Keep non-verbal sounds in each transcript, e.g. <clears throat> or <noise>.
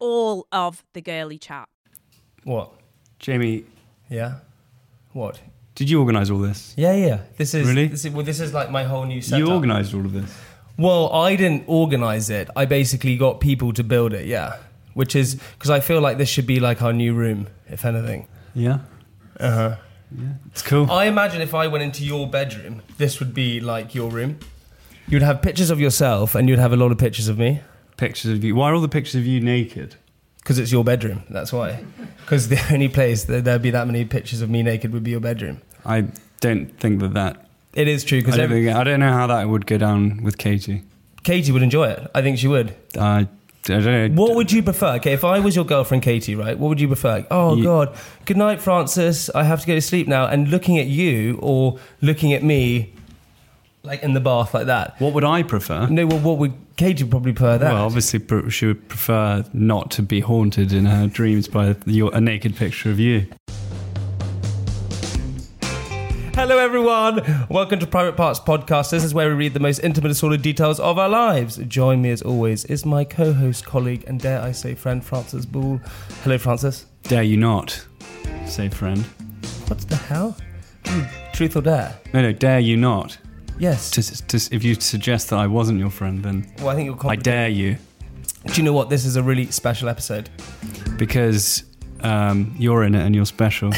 all of the girly chat. What? Jamie, Yeah. What? did you organise all this? Yeah, yeah. This is Really? This is, well, this is like my whole new setup. You organised all of this. Well, I didn't organize it. I basically got people to build it. Yeah, which is because I feel like this should be like our new room, if anything. Yeah. Uh huh. It's cool. I imagine if I went into your bedroom, this would be like your room. You'd have pictures of yourself, and you'd have a lot of pictures of me Pictures of you. Why are all the pictures of you naked? because it's your bedroom. That's why. Because <laughs> the only place that there'd be that many pictures of me naked would be your bedroom. I don't think that that. It is true I because don't, think, I don't know how that would go down with Katie. Katie would enjoy it. I think she would. I, I don't know. What would you prefer? Okay, if I was your girlfriend, Katie, right? What would you prefer? Oh Ye- God, good night, Francis. I have to go to sleep now. And looking at you or looking at me, like in the bath, like that. What would I prefer? No, well, what would Katie would probably prefer that? Well, obviously, pr- she would prefer not to be haunted in her dreams by your, a naked picture of you. Hello, everyone. Welcome to Private Parts Podcast. This is where we read the most intimate and sordid details of our lives. Join me, as always, is my co-host, colleague, and dare I say, friend, Francis Bull. Hello, Francis. Dare you not, say friend. What the hell? Hmm, Truth or dare? No, no, dare you not. Yes. To, to, if you suggest that I wasn't your friend, then well, I think you're. I complicated. dare you. Do you know what? This is a really special <laughs> episode. Because um, you're in it and you're special.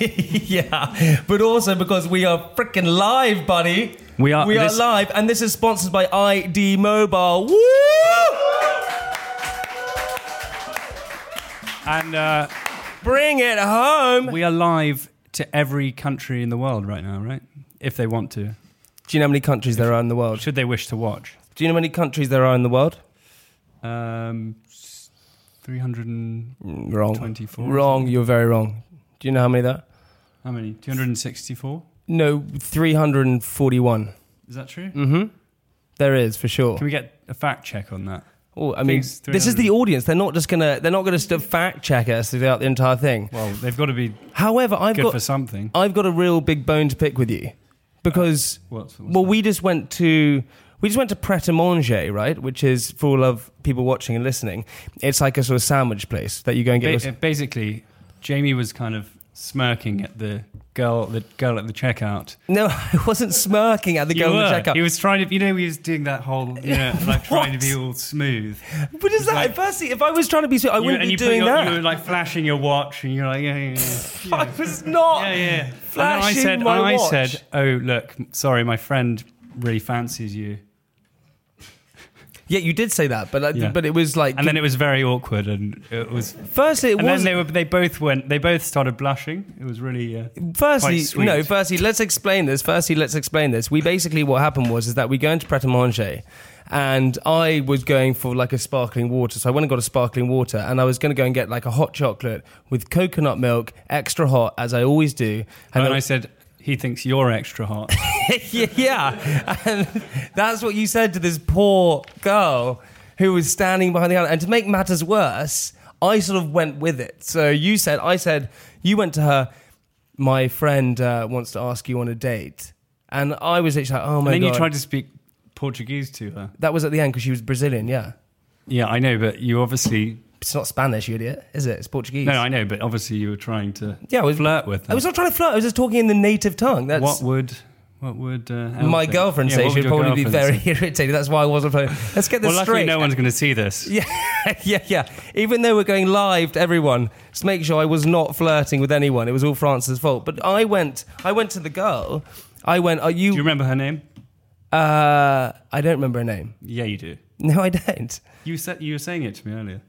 yeah, but also because we are freaking live, buddy. We are- We are this- live, and this is sponsored by ID Mobile. Woo! <laughs> and. Uh, Bring it home. We are live to every country in the world right now, right? If they want to. Do you know how many countries there are in the world? Should they wish to watch? Do you know how many countries there are in the world? Um, s- 300 and... Wrong. 24. Wrong. You're very wrong. Do you know how many there? Are? How many? 264? No, three hundred and forty-one. Is that true? Mm-hmm. There is for sure. Can we get a fact check on that? Oh, I mean, Things this is 300. the audience. They're not just gonna. They're not gonna st- fact check us throughout the entire thing. Well, they've got to be However, I've good got for something. I've got a real big bone to pick with you because What's, what's well, we just went to we just went to Pret a Manger, right? Which is for all of people watching and listening, it's like a sort of sandwich place that you go and Ba- get. uh, your, basically, Jamie was kind of smirking at the girl, the girl at the checkout. no, <laughs> I wasn't smirking at the You girl in were. the checkout. He was trying to, you know, he was doing that whole, <laughs> you know, like trying to What? be all smooth. what is that? like- Firstly, if I was trying to be sweet, I You- wouldn't and be you put doing your- that. You were like flashing your watch, and you're like, yeah, yeah, yeah. <laughs> yeah. I was not. yeah, yeah. and I Flashing said, my and I watch. said, oh look, sorry, my friend really fancies you, Yeah, you did say that, but like, Yeah. but it was like. and then it was very awkward, and it was. firstly, it And was then they were, they both went, they both started blushing. It was really. Uh, Firstly, Quite sweet. no. Firstly, let's explain this. Firstly, let's explain this. We basically what happened was is that we go into Pret a Manger, and I was going for like a sparkling water. So I went and got a sparkling water, and I was going to go and get like a hot chocolate with coconut milk, extra hot as I always do. and And then I I said, he thinks you're extra hot. <laughs> Oh yeah, yeah. And that's what you said to this poor girl who was standing behind the counter. And to make matters worse, I sort of went with it. So you said, I said, you went to her, my friend uh, wants to ask you on a date. And I was literally like, oh my and then God. you tried to speak Portuguese to her. that was at the end because she was Brazilian, yeah. Yeah, I know, but you obviously. It's not Spanish, you idiot, is it? It's Portuguese. No, I know, but obviously you were trying to yeah, I was, flirt with her. I was not trying to flirt. I was just talking in the native tongue. That's what would. What would uh, Elle my think? girlfriend Yeah, say. what would She'd your probably be girlfriend very <laughs> say? irritated. That's why I wasn't playing. Let's get this Well, luckily straight. no one's going to see this. <laughs> Yeah, yeah, yeah. Even though we're going live to everyone, just make sure I was not flirting with anyone. It was all Francis' fault. But I went, I went to the girl. I went, are you? Do you remember her name? uh, I don't remember her name. <laughs> Yeah, you do. No, I don't. <laughs> You said you were saying it to me earlier.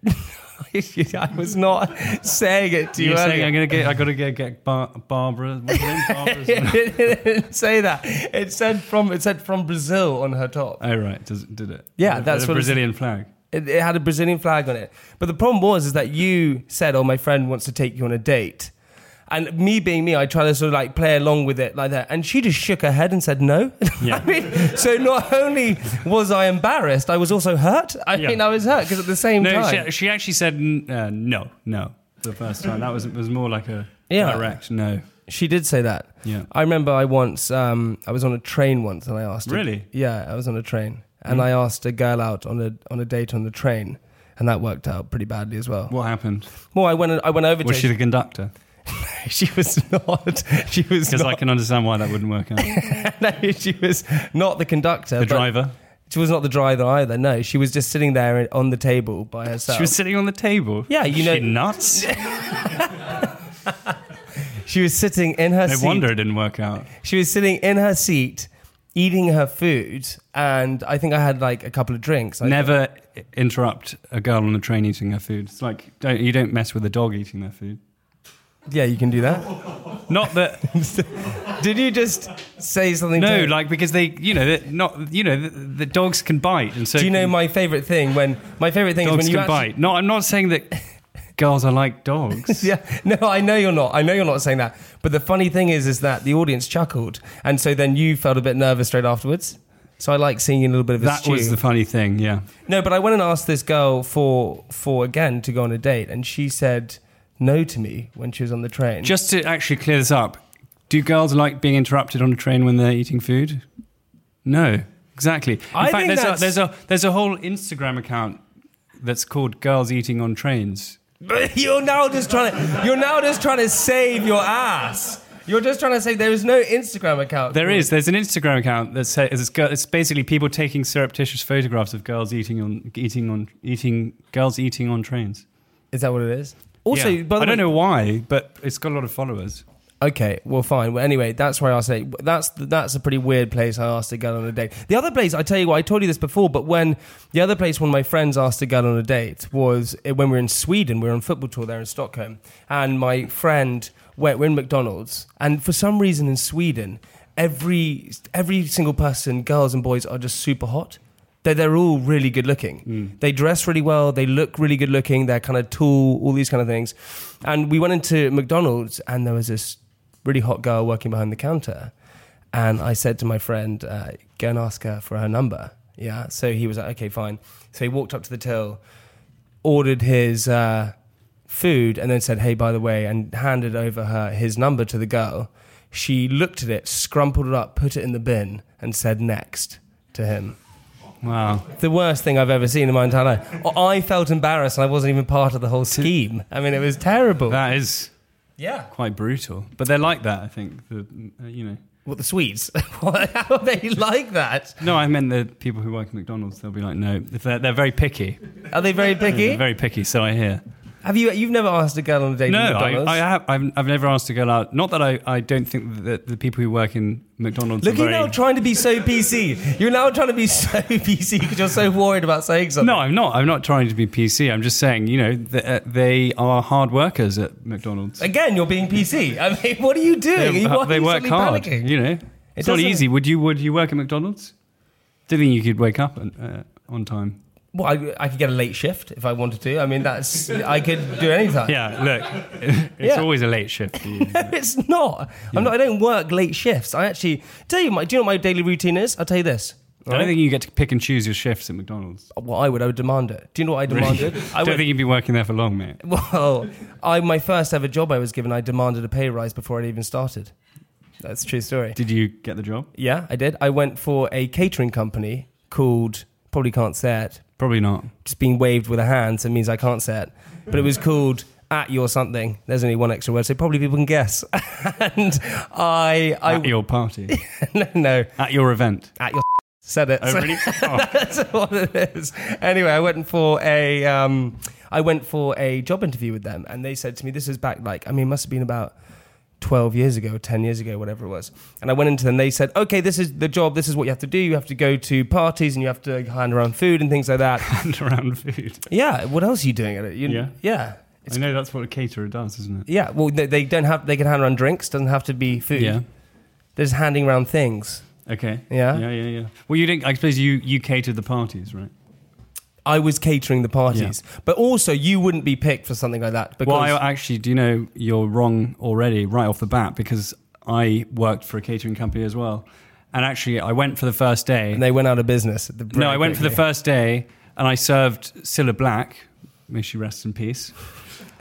I was not saying it to you. you were saying earlier. I'm gonna get, I gotta get, get Bar- Barbara. What's <laughs> her name? Barbara's- it didn't <laughs> say that. It said from it said from Brazil on her top. oh right, does, did it? Yeah, The- that's the what it's- Brazilian flag. It, it had a Brazilian flag on it. But the problem was is that you said, "Oh, my friend wants to take you on a date." And me being me, I tried to sort of like play along with it like that. And she just shook her head and said no. <laughs> Yeah. I mean, so not only was I embarrassed, I was also hurt. I Yeah. mean, I was hurt because at the same No, time. she, she actually said n- uh, no, no. The first time that was it was more like a Yeah. direct no. She did say that. Yeah. I remember I once, um, I was on a train once and I asked. Really? Mm. yeah, I was on a train and I asked a girl out on a, on a date on the train and that worked out pretty badly as well. What happened? Well, I went, I went over Was to she the conductor? <laughs> she was not, she was Because not, I can understand why that wouldn't work out. <laughs> no, she was not the conductor. The but driver. She was not the driver either. No, she was just sitting there on the table by herself. She was sitting on the table. Oh. Yeah, you Is know- <laughs> she nuts. She was sitting in her No seat. wonder it didn't work out. She was sitting in her seat, eating her food, and I think I had like a couple of drinks. I- Never i- interrupt a girl on a train eating her food. It's like don't you don't mess with a dog eating their food. Yeah, you can do that. <laughs> Not that Did you just say something? no, to- like because they you know they're not you know the, the dogs can bite and so Do you know can- my favorite thing? When my favorite thing dogs is when you can actually, bite. No, I'm not <laughs> saying that girls are like dogs. Yeah, no, I know you're not. I know you're not saying that. But the funny thing is, is that the audience chuckled, and so then you felt a bit nervous straight afterwards. So I like seeing you in a little bit of a That stew. was the funny thing, yeah. No, but I went and asked this girl for for again to go on a date, and she said no to me when she was on the train. Just to actually clear this up, do girls like being interrupted on a train when they're eating food? No, exactly. In I think fact, there's a, that's- there's a there's a whole Instagram account that's called "Girls Eating on Trains." But <laughs> you're now just trying to you're now just trying to save your ass. You're just trying to say there is no Instagram account. There is there's an Instagram account that says it's, girl- it's basically people taking surreptitious photographs of girls eating on eating on eating girls eating on trains. Is that what it is? Also, Yeah. by the I don't way- know why, but it's got a lot of followers. Okay, well, fine. Well, anyway, that's where I asked. It. That's that's a pretty weird place. I asked a girl on a date. The other place, I tell you what, I told you this before, but when the other place, one of my friends asked a girl on a date was eh, when we were in Sweden. We were on football tour there in Stockholm, and my friend went. We're in McDonald's, and for some reason in Sweden, every every single person, girls and boys, are just super hot. They're, they're all really good looking. They dress really well. They look really good looking. They're kind of tall, all these kind of things. And we went into McDonald's and there was this really hot girl working behind the counter. And I said to my friend, uh, go and ask her for her number. Yeah. So he was like, okay, fine. So he walked up to the till, ordered his uh, food, and then said, hey, by the way, and handed over her his number to the girl. She looked at it, scrumpled it up, put it in the bin, and said next to him Wow. the worst thing I've ever seen in my entire life. I felt embarrassed and I wasn't even part of the whole scheme. I mean, it was terrible. That is yeah. quite brutal. But they're like that, I think. The, uh, you know. What, the <laughs> Swedes? Why are they like that? No, I meant the people who work at McDonald's. They'll be like, no, if they're, they're very picky. Are they very They're picky? very picky, so I hear. Have you, you've never asked a girl on a date No, at I, McDonald's? I have, I've, I've never asked a girl out. Not that I, I don't think that the people who work in McDonald's Look, are you're very... now trying to be so PC. You're now trying to be so <laughs> PC because you're so worried about saying something. no, I'm not. I'm not trying to be PC. I'm just saying, you know, th- uh, they are hard workers at McDonald's. Again, you're being PC. I mean, what are you doing? They- Why are they you work suddenly hard, panicking? you know. It's not doesn't- easy. Would you would you work at McDonald's? Do you think you could wake up and, uh, on time? Well, I, I could get a late shift if I wanted to. I mean, that's I could do anything. Yeah, look, <laughs> it's Yeah. always a late shift for you. No, <laughs> it's not. I'm not. I don't work late shifts. I actually tell you my. Do you know what my daily routine is? I'll tell you this. I don't think you get to pick and choose your shifts at McDonald's. Well, I would. I would demand it. Do you know what I demanded? <laughs> I I don't would. <laughs> think you'd be working there for long, mate. well, I my first ever job I was given. I demanded a pay rise before I'd even started. That's a true story. Did you get the job? Yeah, I did. I went for a catering company called. Probably can't say it. Probably not. Just being waved with a hand, so it means I can't say it. But it was called at your something. There's only one extra word, so probably people can guess. <laughs> and I, I At your party, <laughs> no, no, at your event. at your <laughs> said it. Oh, So- really? Oh, <laughs> That's what it is. Anyway, I went for a um, I went for a job interview with them, and they said to me, "This is back like I mean, it must have been about." 12 years ago, 10 years ago, whatever it was. And I went into them, they said, okay, this is the job, this is what you have to do. You have to go to parties and you have to hand around food and things like <laughs> that. hand around food. yeah, what else are you doing at it? You- Yeah. Yeah. It's- I know that's what a caterer does, isn't it? yeah, well, they, they don't have, they can hand around drinks, doesn't have to be food. Yeah. They're just handing around things. Okay. Yeah. Yeah, yeah, yeah. Well, you didn't. I suppose you you catered the parties, right? I was catering the parties. But also, you wouldn't be picked for something like that because Well, I actually, do you know you're wrong already right off the bat because I worked for a catering company as well, and actually I went for the first day. and they went out of business. At the no, I went for the first day and I served Scylla Black. May she rest in peace.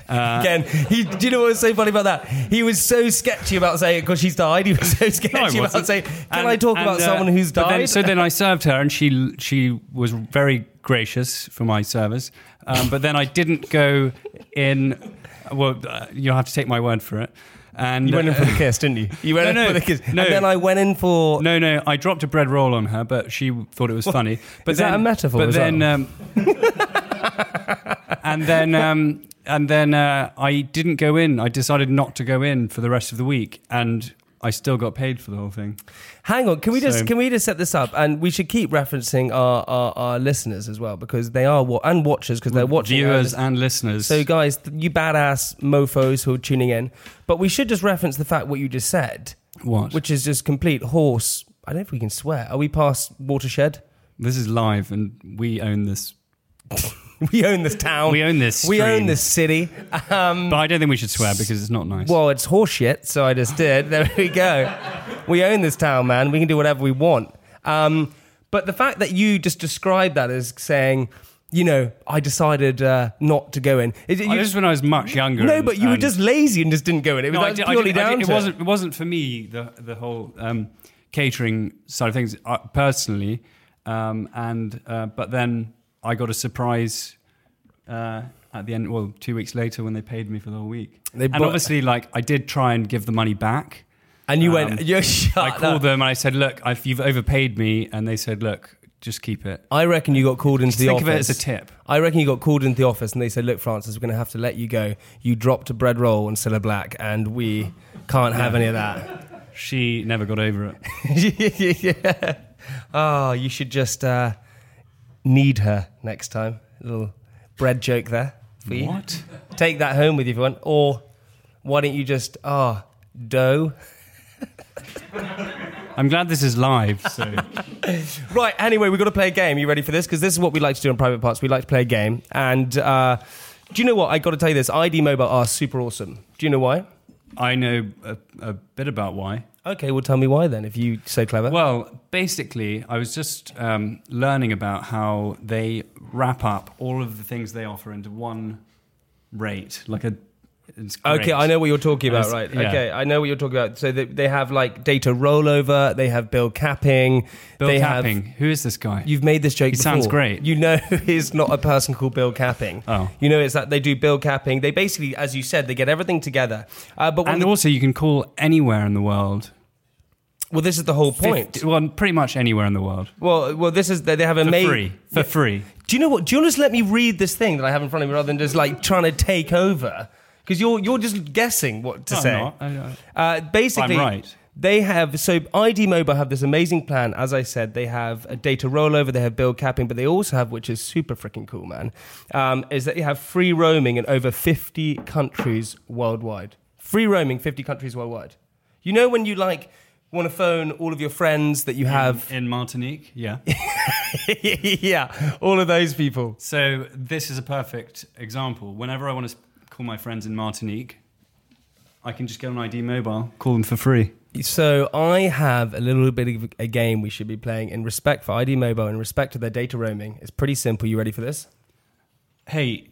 Again, he, do you know what was so funny about that? He was so sketchy about saying because she's died. He was so sketchy about wasn't. saying, "Can And- I talk and, about uh, someone who's but died?" Then, so then I served her, and she she was very gracious for my service. Um, but then I didn't go in. Well, uh, you'll have to take my word for it. And uh, you went in for the kiss, didn't you? You went No, in no, for the kiss, no. and then I went in for No, no, I dropped a bread roll on her, but she thought it was funny. But Is that then- a metaphor But as then, well? um, <laughs> and then, um, and then uh, I didn't go in. I decided not to go in for the rest of the week, and I still got paid for the whole thing. Hang on, can we just So- can we just set this up? And we should keep referencing our our, our listeners as well because they are wa- and watchers because they're watching Viewers us. and listeners. So guys, th- you badass mofo's who are tuning in, but we should just reference the fact what you just said, what? which is just complete horse. I don't know if we can swear. Are we past watershed? <laughs> this is live, and we own this. We own this town. We own this. We own stream. this city. Um, But I don't think we should swear because it's not nice. well, it's horseshit, so I just did. <laughs> There we go. We own this town, man. We can do whatever we want. Um, but the fact that you just described that as saying, you know, I decided uh, not to go in. Is it- I- you- this is when I was much younger. no, and- but you were and- just lazy and just didn't go in. It was No, I that's did- I purely did- I down did- to it wasn't it wasn't for me the the whole um, catering side of things uh, personally, um, and uh, but then I got a surprise uh, at the end. Well, two weeks later when they paid me for the whole week, They and bought- obviously like I did try and give the money back. And you Um, went, you shut I up." called them and I said, "Look, if you've overpaid me," and they said, "Look, just keep it." I reckon you got called into the Think office. of it as a tip. I reckon you got called into the office and they said, "Look, Francis, we're going to have to let you go. You dropped a bread roll and Cilla Black, and we can't have any of that." <laughs> <laughs> She never got over it. yeah. Oh, you should just uh, need her next time. little bread joke there for you. What? Take that home with you if you want. Or why don't you just, ah, dough? I'm glad this is live. So Right, anyway, we've got to play a game. You ready for this? Because this is what we like to do in private parts. We like to play a game. And uh, do you know what? i got to tell you this ID Mobile are super awesome. Do you know why? I know a, a bit about why. Okay, well, tell me why then, if you so clever. Well, basically, I was just um, learning about how they wrap up all of the things they offer into one rate, like a. It's great. Okay, I know what you're talking about, As- right? yeah. Okay, I know what you're talking about. So they, they have like data rollover, they have bill capping, Bill they Tapping. have. Who is this guy? You've made this joke. He sounds before. great. You know, <laughs> it's not a person called Bill Capping. Oh. you know, it's that they do bill capping. They basically, as you said, they get everything together. Uh, but one and of the- also, you can call anywhere in the world. well, this is the whole point. Fifty- well, pretty much anywhere in the world well, well, this is they they have a for ma- free. For free. Do you know what? Do you want to just let me read this thing that I have in front of me rather than just like trying to take over? Because you're you're just guessing what to No, I'm say. not. I- I- Uh, basically, I'm right. they have so ID Mobile have this amazing plan. As I said, they have a data rollover, they have bill capping, but they also have, which is super freaking cool, man, um, is that they have free roaming in over 50 countries worldwide. Free roaming, 50 countries worldwide. You know when you like want to phone all of your friends Mm. that you have, in Martinique. Yeah. <laughs> yeah, all of those people. so this is a perfect example. Whenever I want to call my friends in Martinique, I can just go on ID Mobile, call them for free. So I have a little bit of a game we should be playing in respect for ID Mobile, in respect to their data roaming. It's pretty simple. You ready for this? hey,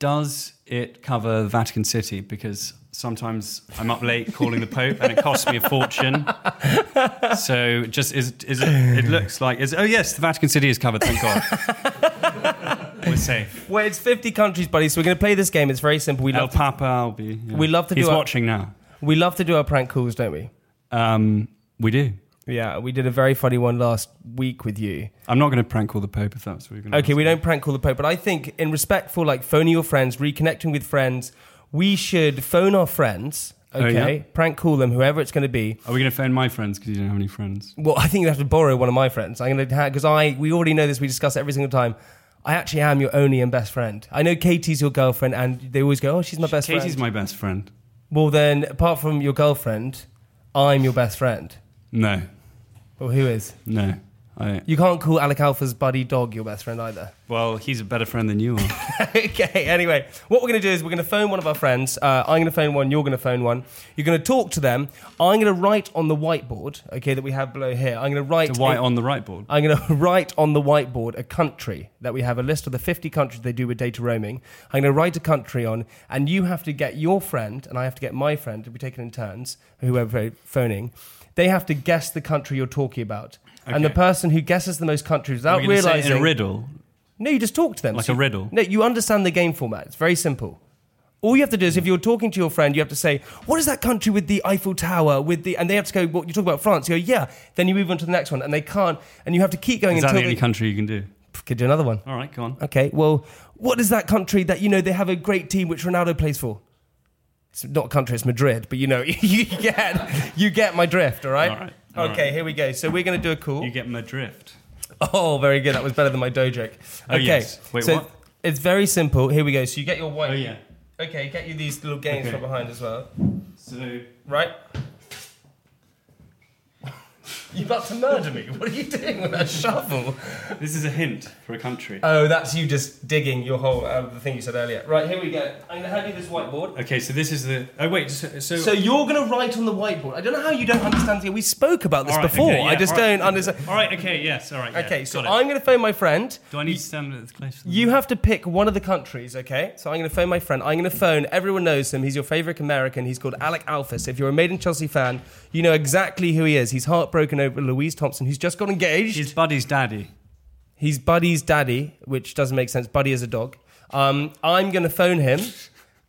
does it cover the Vatican City? Because sometimes I'm up late calling the Pope and it costs me a <laughs> fortune. So just is is it? It looks like is oh yes, the Vatican City is covered. Thank <laughs> God, we're safe. Well, it's 50 countries, buddy. So we're going to play this game. It's very simple. We El love, to, Papa, I'll be. yeah. We love to He's do our- watching now. we love to do our prank calls, don't we? Um, we do. Yeah, we did a very funny one last week with you. I'm not going to prank call the Pope if that's what you're going to. Okay, we don't prank call the Pope, but I think in respect for like phoning your friends, reconnecting with friends, we should phone our friends, Oh, okay? yeah. Prank call them, whoever it's going to be. Are we going to phone my friends because you don't have any friends? Well, I think you have to borrow one of my friends. I'm going to because I we already know this. We discuss it every single time. I actually am your only and best friend. I know Katie's your girlfriend, and they always go, "Oh, she's my best Katie's friend." my best friend. well, then, apart from your girlfriend, I'm your best friend. No, Well, who is? no, I, You can't call Alec Alpha's buddy dog your best friend either. <laughs> well, he's a better friend than you are. okay, anyway, what we're going to do is we're going to phone one of our friends. Uh, I'm going to phone one, you're going to phone one. You're going to talk to them. I'm going to write on the whiteboard, okay, that we have below here. I'm going to write. the white a- on the right board. I'm going to <laughs> write on the whiteboard a country that we have a list of the 50 countries they do with data roaming. I'm going to write a country on, and you have to get your friend, and I have to get my friend to be taken in turns, whoever phoning. They have to guess the country you're talking about. And the Okay. person who guesses the most countries Are without we gonna say it realizing. in a riddle. No, you just talk to them. Like So a you- riddle? No, you understand the game format. It's very simple. All you have to do is, if you're talking to your friend, you have to say, "What is that country with the Eiffel Tower?" With the, and they have to go, "What you talk about France?" You go, "Yeah." Then you move on to the next one, and they can't, and you have to keep going Is that the until Uh, only they country you can do? could do another one. All right, go on. Okay, well, what is that country that you know they have a great team which Ronaldo plays for? It's not a country, it's Madrid, but you know, <laughs> you get, you get my drift. All right. All right, all okay, right. here we go. So we're going to do a call. You get my drift. Oh, very good. That was better than my dough joke. Oh, okay. yes. Wait, so what? It's very simple. Here we go. So you get your white. Oh yeah. Okay, get you these little games Okay. from behind as well. So Right? <laughs> You're about to murder me. What are you doing with that shovel? this is a hint for a country. Oh, that's you just digging your hole out of the thing you said earlier. Right, here we go. I'm going to hand you this whiteboard. Okay, so this is the. Oh wait, so, so, So you're going to write on the whiteboard. I don't know how you don't understand. We spoke about this All right, before. okay, yeah, I just all right. don't understand. All right. Okay. Yes. All right. yeah, Okay, so got it. I'm going to phone my friend. Do I need to stand a bit closer? You have to pick one of the countries, okay? So I'm going to phone my friend. I'm going to phone. Everyone knows him. He's your favorite American. He's called Alec Alfis. If you're a Maiden Chelsea fan, you know exactly who he is. He's heartbroken over Louise Thompson, who's just got engaged. His buddy's daddy. He's Buddy's daddy, which doesn't make sense. Buddy is a dog. Um, I'm going to phone him,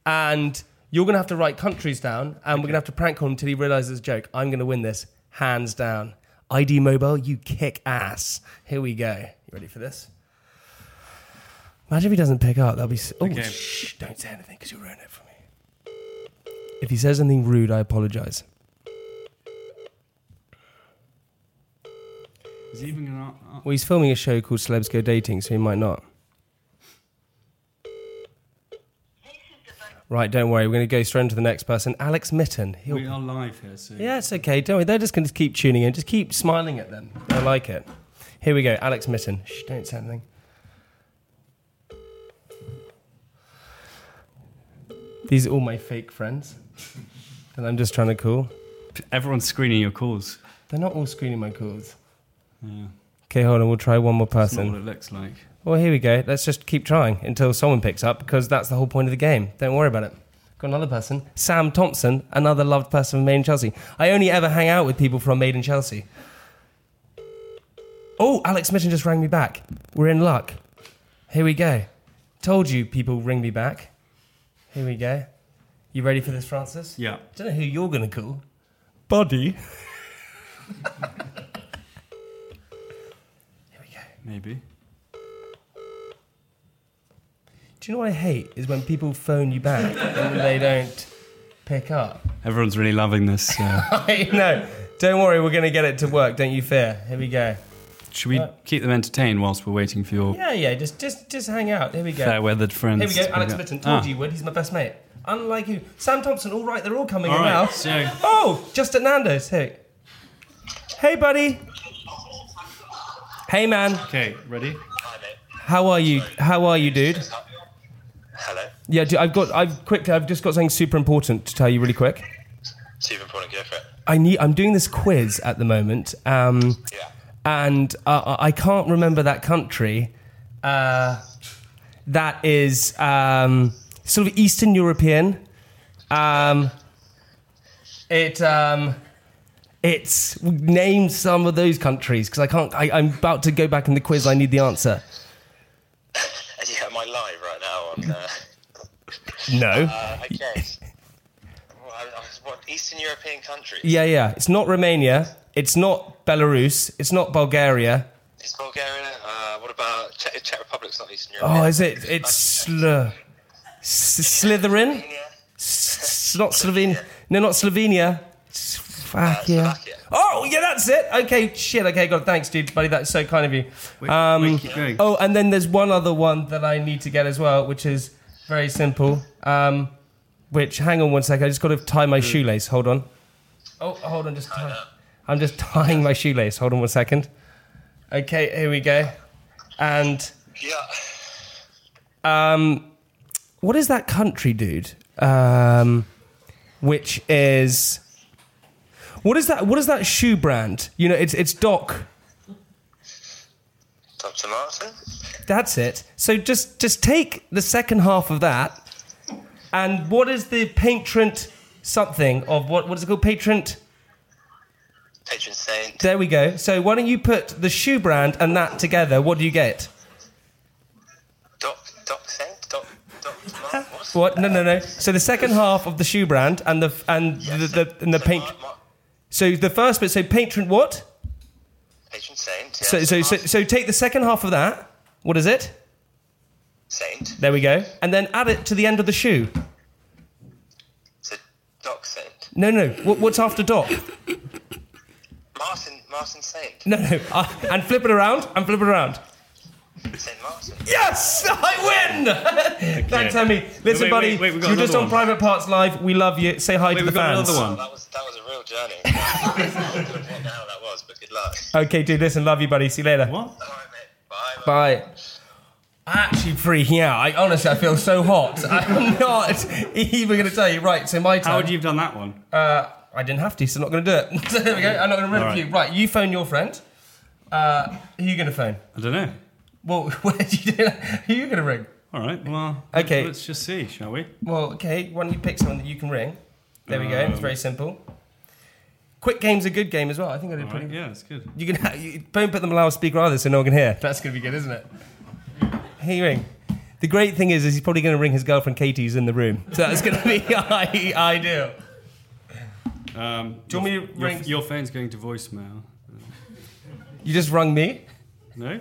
and you're going to have to write countries down, and we're going to have to prank call him until he realizes it's a joke. I'm going to win this, hands down. ID Mobile, you kick ass. Here we go. You ready for this? Imagine if he doesn't pick up. That'll be. S- oh, Okay. shh! Don't say anything because you'll ruin it for me. If he says anything rude, I apologize. Is he even gonna? uh, Well, he's filming a show called Celebs Go Dating, so he might not. Right, don't worry. We're going to go straight on to the next person, Alex Mitten. He'll... we are live here, so Yeah, it's okay. Don't worry. They're just going to keep tuning in. Just keep smiling at them. I like it. Here we go, Alex Mitten. Shh, don't say anything. These are all my fake friends that I'm just trying to call. everyone's screening your calls. They're not all screening my calls. Yeah, Okay, hold on. We'll try one more that's not person. what it looks like. Well, here we go. Let's just keep trying until someone picks up because that's the whole point of the game. Don't worry about it. Got another person, Sam Thompson, another loved person from Maiden Chelsea. I only ever hang out with people from Maiden Chelsea. Oh, Alex Mitten just rang me back. We're in luck. Here we go. Told you people ring me back. Here we go. You ready for this, Francis? Yeah. Don't know who you're gonna call. Buddy. Here we go. Maybe. Do you know what I hate is when people phone you back and they don't pick up. Everyone's really loving this. <laughs> Uh, I know. Don't worry, we're going to get it to work. Don't you fear? Here we go. should we keep them entertained whilst we're waiting for your Yeah, yeah. Just, just, just hang out. Here we go. fair-weathered friends? Here we go. to Alex pick up? Mitten. Told Ah, you, he would. He's my best mate. Unlike you, Sam Thompson. All right, they're all coming All in right. now. So Oh, just at Nando's. Hey, hey, buddy. Hey, man. okay, ready? How are you? How are you, dude? Hello. Yeah, dude, I've got. I've quick. I've just got something super important to tell you, really quick. Super important. Go for it. I need. I'm doing this quiz at the moment, um, Yeah. and uh, I I can't remember that country. Uh, that is um, sort of Eastern European. Um, it. Um, it's name some of those countries because I can't. I, I'm about to go back in the quiz. I need the answer. Yeah, am I live right now? On, uh, <laughs> No. uh, okay. well, I, I was, what Eastern European country? Yeah, yeah. It's not Romania. It's not Belarus. It's not Bulgaria. Is Bulgaria? Uh, what about Czech, Czech Republic's not Eastern European? Oh, is it? It's sl- Slytherin. Slovenia? S- not Slovenia. No, not Slovenia. S- Fuck yeah. Slovakia. Oh, yeah, that's it. Okay, shit. Okay, God, thanks, dude, buddy. That's so kind of you. Um, wait, keep going. oh, and then there's one other one that I need to get as well, which is very simple. Um, which, hang on one second. I just got to tie my shoelace. Hold on. Oh, hold on. Just tie. I'm just tying my shoelace. Hold on one second. Okay, here we go. And Yeah. um, what is that country, dude? Um, which is what is that? What is that shoe brand? You know, it's it's Doc. Dr. Martin? That's it. So just just take the second half of that, and what is the patron something of what what is it called? Patron. Patron saint. There we go. So why don't you put the shoe brand and that together? What do you get? Doc, Doc Saint? Doc, <laughs> Dr. Martin? What's What? No, no, no. So the second half of the shoe brand and the and the, the and the so paint. Mar- Mar- So the first bit. So patron what? patron saint. Yeah, So so so, Martin so take the second half of that. What is it? saint. There we go. And then add it to the end of the shoe. So Doc Saint. No, no. What, what's after dot? <laughs> Martin, Martin Saint. No, no. Uh, and flip it around. And flip it around. Saint Martin. Yes, <laughs> I win. <laughs> Thanks, Emmy. Listen, Wait, wait, buddy. wait, wait, we've got you're just another on one. Private Parts Live. We love you. Say hi to Wait, the we've got fans. another Well, one. that was that was a real journey. I don't know what the hell that was, but good luck. Okay, dude. Listen, love you, buddy. See you later. What? All right, mate. Bye. Bye. Bye. I'm actually freaking out. I honestly, I feel so hot. <laughs> I'm not even going to tell you. Right, so my turn. How would you have done that one? Uh, I didn't have to, so I'm not going to do it. <laughs> so there we go. I'm not going to ridicule. All you. Right, you phone your friend. Uh, who you going to phone? I don't know. Well, <laughs> where do you do Who you going to ring? All right. Well, Okay. Let's just see, shall we? Well, okay, why don't you pick someone that you can ring? There we go. It's very simple. Quick game's a good game as well. I think I did All pretty right. Yeah, it's good. You can you don't put them on loudspeaker either, so no one can hear. That's gonna be good, isn't it? He ring. The great thing is, is he's probably gonna ring his girlfriend Katie, who's in the room. So that's gonna be <laughs> I, ideal. Um, Do you want me to your, ring? your phone's going to voicemail. You just rung me. <laughs> No?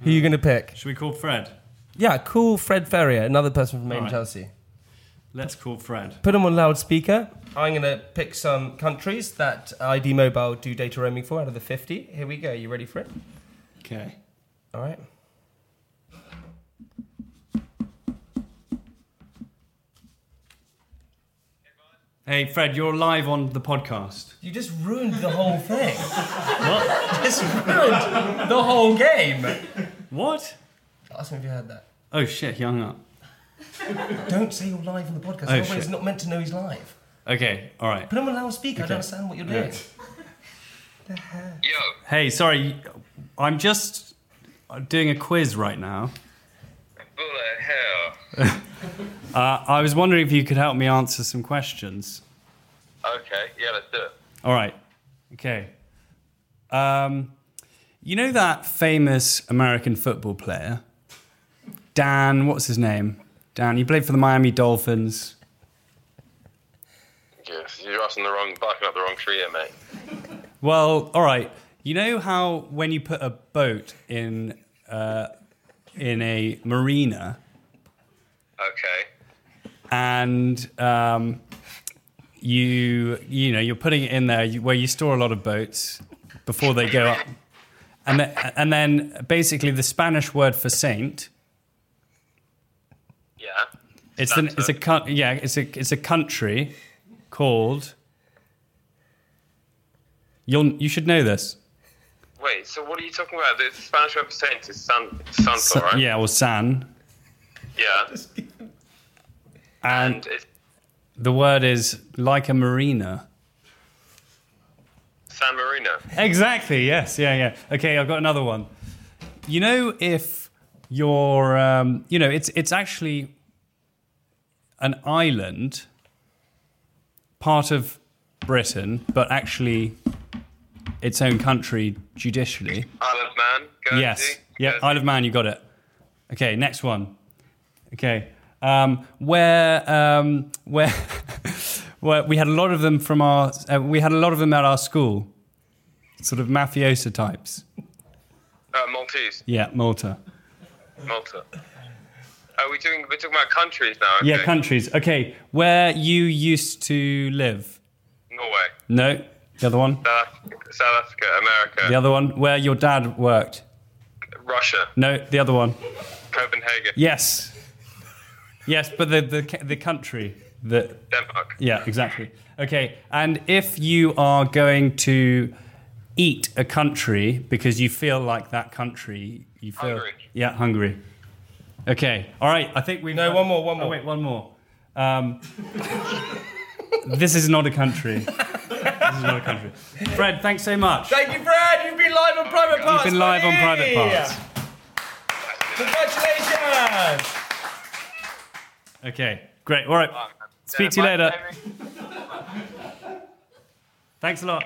Who are you gonna pick? Should we call Fred? Yeah, cool. Fred Ferrier, another person from Maine Alright. Chelsea. Let's call Fred. Put him on loudspeaker. I'm gonna pick some countries that ID Mobile do data roaming for out of the 50. Here we go. You ready for it? Okay. All right. Hey, Fred, you're live on the podcast. You just ruined the whole <laughs> thing. what? Just ruined the whole game. What? Ask him if you heard that. Oh, shit, he hung up. Don't say you're live on the podcast. Oh, Everybody's shit. not meant to know he's live. Okay, all right. Put him on loudspeaker. I Okay. don't understand what you're Yeah. doing. Yo. Hey, sorry. I'm just doing a quiz right now. Bullet hell. Uh, I was wondering if you could help me answer some questions. Okay. Yeah, let's do it. All right. Okay. Um, you know that famous American football player, Dan? What's his name? Dan. He played for the Miami Dolphins. Yes, you're asking the wrong, barking up the wrong tree here, mate. Well, all right. You know how when you put a boat in uh, in a marina Okay. and um, you you know you're putting it in there you- where you store a lot of boats before they go up, and then, and then basically the Spanish word for saint. Yeah. It's an, it's a coun- yeah it's a it's a country called. You'll you should know this. Wait. So what are you talking about? The Spanish word for saint is san, santo, Sa- right? Yeah, or san, Yeah. and And it's the word is like a marina. San Marino. Exactly. Yes. Yeah. Yeah. Okay. I've got another one. You know, if you're, um, you know, it's it's actually an island, part of Britain, but actually its own country judicially. Isle of Man. Guernsey. Yes. Yeah. Guernsey. Isle of Man. You got it. Okay. Next one. Okay. Um, where um, where <laughs> where we had a lot of them from our uh, we had a lot of them at our school, sort of mafiosa types. Uh, Maltese. Yeah, Malta. Malta. Are we doing? We're talking about countries now. Okay. Yeah, countries. Okay, where you used to live? Norway, No, the other one. South Africa, South Africa America, The other one. Where your dad worked? Russia, No, the other one. Copenhagen, Yes, yes, but the the ca- the country that Denmark. Yeah, exactly. Okay, and if you are going to eat a country because you feel like that country. You feel Hungary. yeah, Hungary. Okay, all right. I think we No, one more, one Oh, more. wait, one more. Um, <laughs> this is not a country. <laughs> This is not a country. Fred, thanks so much. Thank you, Brad. You've been live on Private Parts. You've been live on Private buddy. Parts. Congratulations. Okay, great. All right. Speak to you later. Thanks a lot.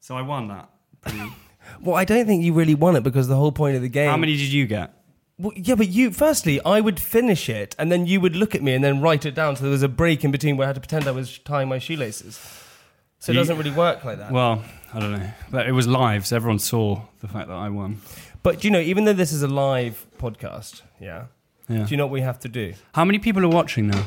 So I won that. Pretty- Well, I don't think you really won it because the whole point of the game. How many did you get? Well, yeah, but you. Firstly, I would finish it, and then you would look at me, and then write it down. So there was a break in between where I had to pretend I was tying my shoelaces. So it You- doesn't really work like that. Well, I don't know. But it was live, so everyone saw the fact that I won. but do you know, even though this is a live podcast, yeah, Yeah. do you know what we have to do? How many people are watching now?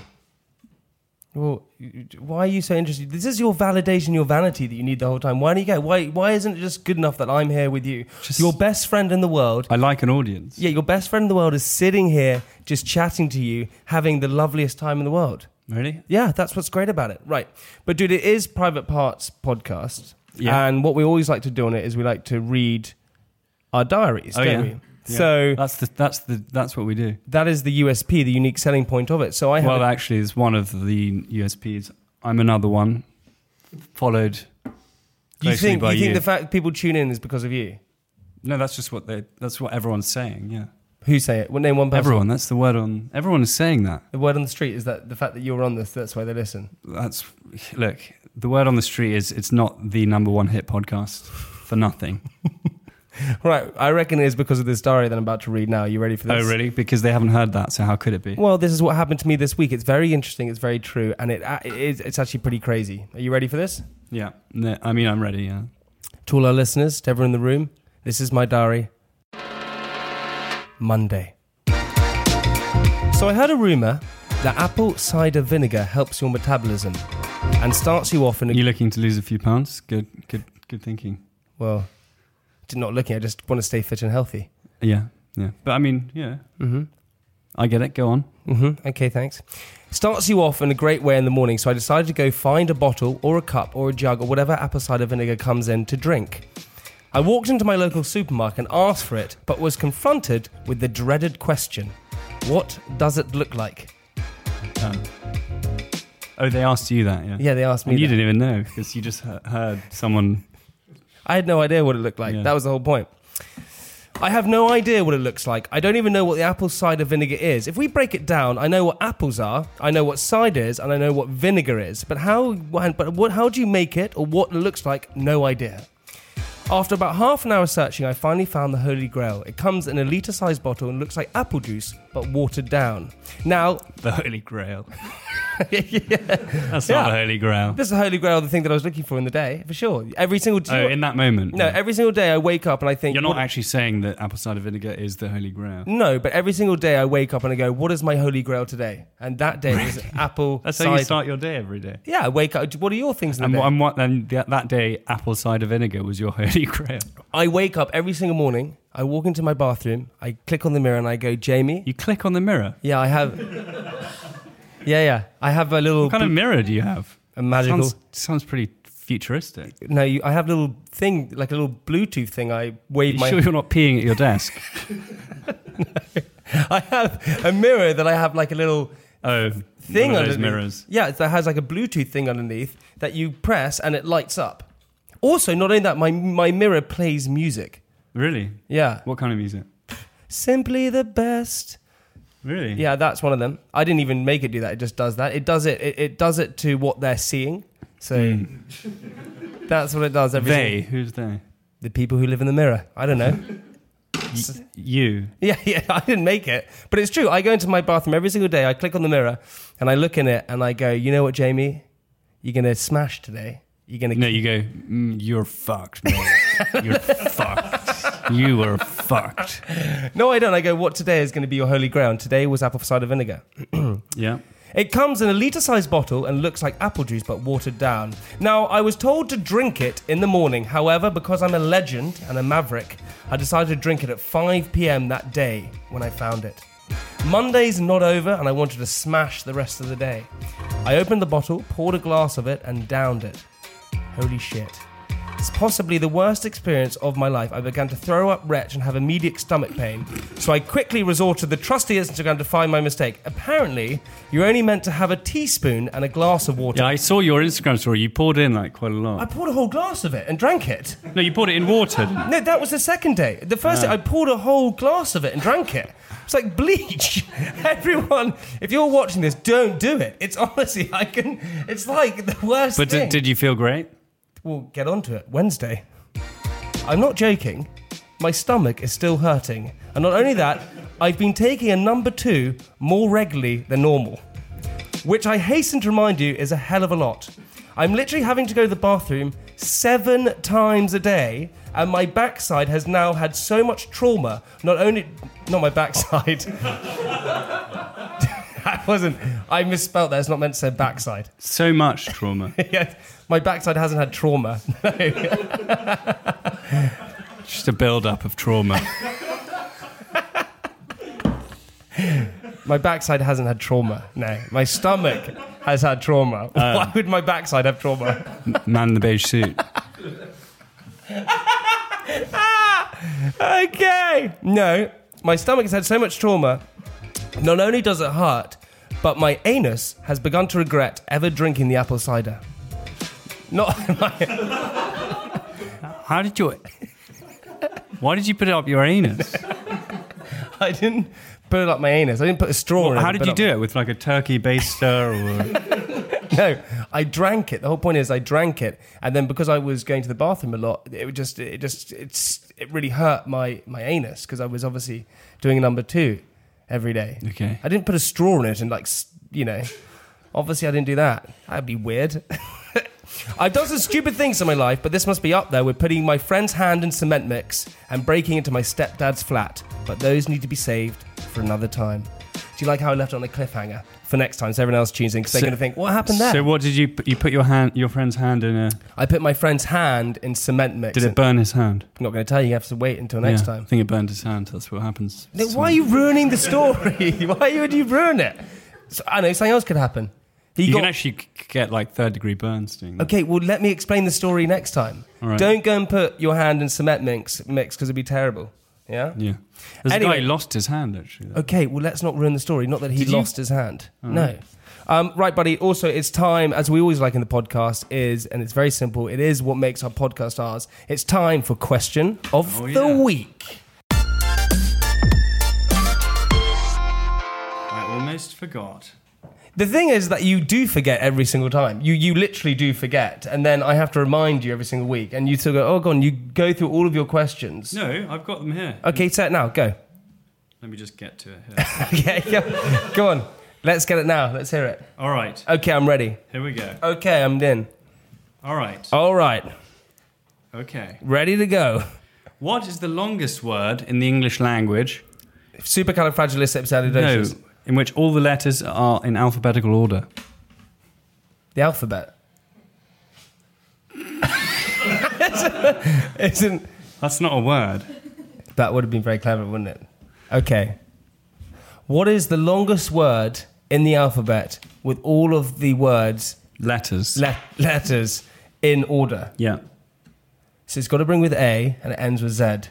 Well, you- why are you so interested? This is your validation, your vanity that you need the whole time. Why do you go? Why? Why isn't it just good enough that I'm here with you? Just- your best friend in the world. I like an audience. Yeah, your best friend in the world is sitting here, just chatting to you, having the loveliest time in the world. Really? Yeah, that's what's great about it. Right. But dude, it is private parts podcast. Yeah. And what we always like to do on it is we like to read our diaries, Oh, don't yeah. we? Yeah. So That's the that's the that's what we do. that is the USP, the unique selling point of it. So I have Well, actually, it's one of the USPs. I'm another one, followed. you closely think by you, you. think the fact that people tune in is because of you? No, that's just what they. That's what everyone's saying. Yeah, Who say it? Well, name one person. everyone. That's the word on. Everyone is saying that. The word on the street is that the fact that you're on this, that's why they listen. <laughs> That's look. The word on the street is it's not the number one hit podcast for <laughs> nothing. Right. I reckon it is because of this diary that I'm about to read now. Are you ready for this? oh, really? Because they haven't heard that. So how could it be? Well, this is what happened to me this week. It's very interesting. It's very true, and it, it is, it's actually pretty crazy. Are you ready for this? Yeah. No, I mean, I'm ready. Yeah. To all our listeners, to everyone in the room, this is my diary. Monday. So I heard a rumor that apple cider vinegar helps your metabolism and starts you off in a You looking to lose a few pounds? Good. Good. Good thinking. well. Not looking. I just want to stay fit and healthy. Yeah. Yeah. But I mean, yeah. Mm-hmm. I get it. Go on. hmm Okay, thanks. Starts you off in a great way in the morning, so I decided to go find a bottle or a cup or a jug or whatever apple cider vinegar comes in to drink. I walked into my local supermarket and asked for it, but was confronted with the dreaded question What does it look like? Oh, they asked you that. Yeah. Yeah, they asked me. And you that. didn't even know because you just he- heard someone. I had no idea what it looked like. Yeah. That was the whole point. I have no idea what it looks like. I don't even know what the apple cider vinegar is. If we break it down, I know what apples are, I know what cider is, and I know what vinegar is. But how? But what? How do you make it, or what it looks like? No idea. After about half an hour searching, I finally found the Holy Grail. It comes in a liter-sized bottle and looks like apple juice, but watered down. Now, The <laughs> Holy Grail. That's not the Holy Grail. this is the Holy Grail, the thing that I was looking for in the day, for sure. Every single do you Oh, know- in that moment. no, yeah. every single day I wake up and I think You're not what- actually saying that apple cider vinegar is the Holy Grail. No, but every single day I wake up and I go, "What is my holy grail today?" And that day was <laughs> apple That's how cider. you start your day every day. yeah, I wake up. What are your things in the And, day? what- and what then? th- That day, apple cider vinegar was your <laughs> holy grail. I wake up every single morning. I walk into my bathroom. I click on the mirror and I go, "Jamie." You click on the mirror. Yeah, I have. <laughs> yeah, yeah. I have a little What kind of bl- mirror do you have? a magical. Sounds, sounds pretty futuristic. No, you, I have a little thing like a little Bluetooth thing. I wave You my. sure you're not peeing at your desk? <laughs> <laughs> I have a mirror that I have like a little Oh, thing one of underneath. those mirrors. Yeah, that has like a Bluetooth thing underneath that you press and it lights up. Also, not only that, my my mirror plays music. Really? Yeah. What kind of music? Simply the best. Really? Yeah, that's one of them. I didn't even make it do that. It just does that. It does it. It, it does it to what they're seeing. So <laughs> that's what it does. Every Hmm. They. single- Who's they? the people who live in the mirror. I don't know. <laughs> Y- you. Yeah, yeah, <laughs> I didn't make it. But it's true. I go into my bathroom every single day. I click on the mirror and I look in it and I go, you know what, Jamie? You're going to smash today. You're going to. No, you go, mm, you're fucked, <laughs> mate. you're fucked. You are fucked. No, I don't. I go, what today is going to be your holy grail? And today was apple cider vinegar. Yeah. It comes in a litre sized bottle and looks like apple juice but watered down. Now, I was told to drink it in the morning. However, because I'm a legend and a maverick, I decided to drink it at 5 pm that day when I found it. Monday's not over and I wanted to smash the rest of the day. I opened the bottle, poured a glass of it, and downed it. Holy shit. It's possibly the worst experience of my life. I began to throw up retch and have immediate stomach pain. So I quickly resorted to the trusty Instagram to find my mistake. Apparently, you're only meant to have a teaspoon and a glass of water. Yeah, I saw your Instagram story. You poured in like quite a I lot. poured a whole glass of it and drank it. No, you poured it in water. Didn't you? No, that was the second day. The first day, I poured a whole glass of it and drank it. It's like bleach. <laughs> Everyone, if you're watching this, don't do it. It's honestly, I can. It's like the worst But thing. did, did you feel great? We'll get onto it Wednesday. I'm not joking. My stomach is still hurting, and not only that, I've been taking a number two more regularly than normal, which I hasten to remind you is a hell of a lot. I'm literally having to go to the bathroom seven times a day, and my backside has now had so much trauma. Not only, not my backside. <laughs> I wasn't. I misspelled that. It's not meant to say backside <laughs> So much trauma. yeah, my backside hasn't had trauma. <laughs> <laughs> Just a build up of trauma. my backside hasn't had trauma. No, my stomach has had trauma. <laughs> Um. Why would my backside have trauma? Man in the beige suit. Okay. No, my stomach has had so much trauma. Not only does it hurt, but my anus has begun to regret ever drinking the apple cider. Not <laughs> my, How did you. Why did you put it up your anus? I didn't put it up my anus. I didn't put a straw. in it How and put did you up- do it? With like a <laughs> turkey baster or. No, I drank it. The whole point is I drank it, and then because I was going to the bathroom a lot, it would just it just it's it really hurt my my anus because I was obviously doing a number two every day. Okay. I didn't put a straw in it and like s- you know, obviously I didn't do that. That'd be weird. <laughs> I've done some stupid things in my life, but this must be up there with putting my friend's hand in cement mix and breaking into my stepdad's flat. But those need to be saved for another time. Do you like how I left it on a cliffhanger for next time so everyone else tunes in because they're So- going to think, what happened there? So what did you put? You put your hand, your friend's hand in a. I put my friend's hand in cement mix. Did it burn his hand? I'm not going to tell you. You have to wait until next Yeah, time. I think it burned his hand. That's what happens. No, Why are you ruining the story? <laughs> Why would you ruin it? So, I know something else could happen. He You got can actually c- get like third degree burns doing that. okay. Well, let me explain the story next time. All right. Don't go and put your hand in cement mix mix because it'd be terrible. Yeah. Yeah. There's a Anyway. guy who lost his hand actually. Okay. Well, let's not ruin the story. Not that he Did you- lost his hand. no. Um, right, buddy. Also, it's time, as we always like in the podcast, is and it's very simple. It is what makes our podcast ours. It's time for question of Oh, the yeah. week. I almost forgot. The thing is that you do forget every single time. You you literally do forget, and then I have to remind you every single week, and you still go, oh, god, You go through all of your questions. No, I've got them here. Okay, set it now. Go. <laughs> Let me just get to it here. Okay, go, go on. Let's get it now. Let's hear it. All right, Okay, I'm ready. here we go. Okay, I'm in. All right, All right, okay. ready to go. What is the longest word in the English language? No, Supercalifragilisticexpialidocious. in which all the letters are in alphabetical order. The alphabet. <laughs> Isn't That's not a word. That would have been very clever, wouldn't it? Okay. What is the longest word in the alphabet with all of the words, Letters. le- letters, in order? yeah. So it's got to bring with A and it ends with Z.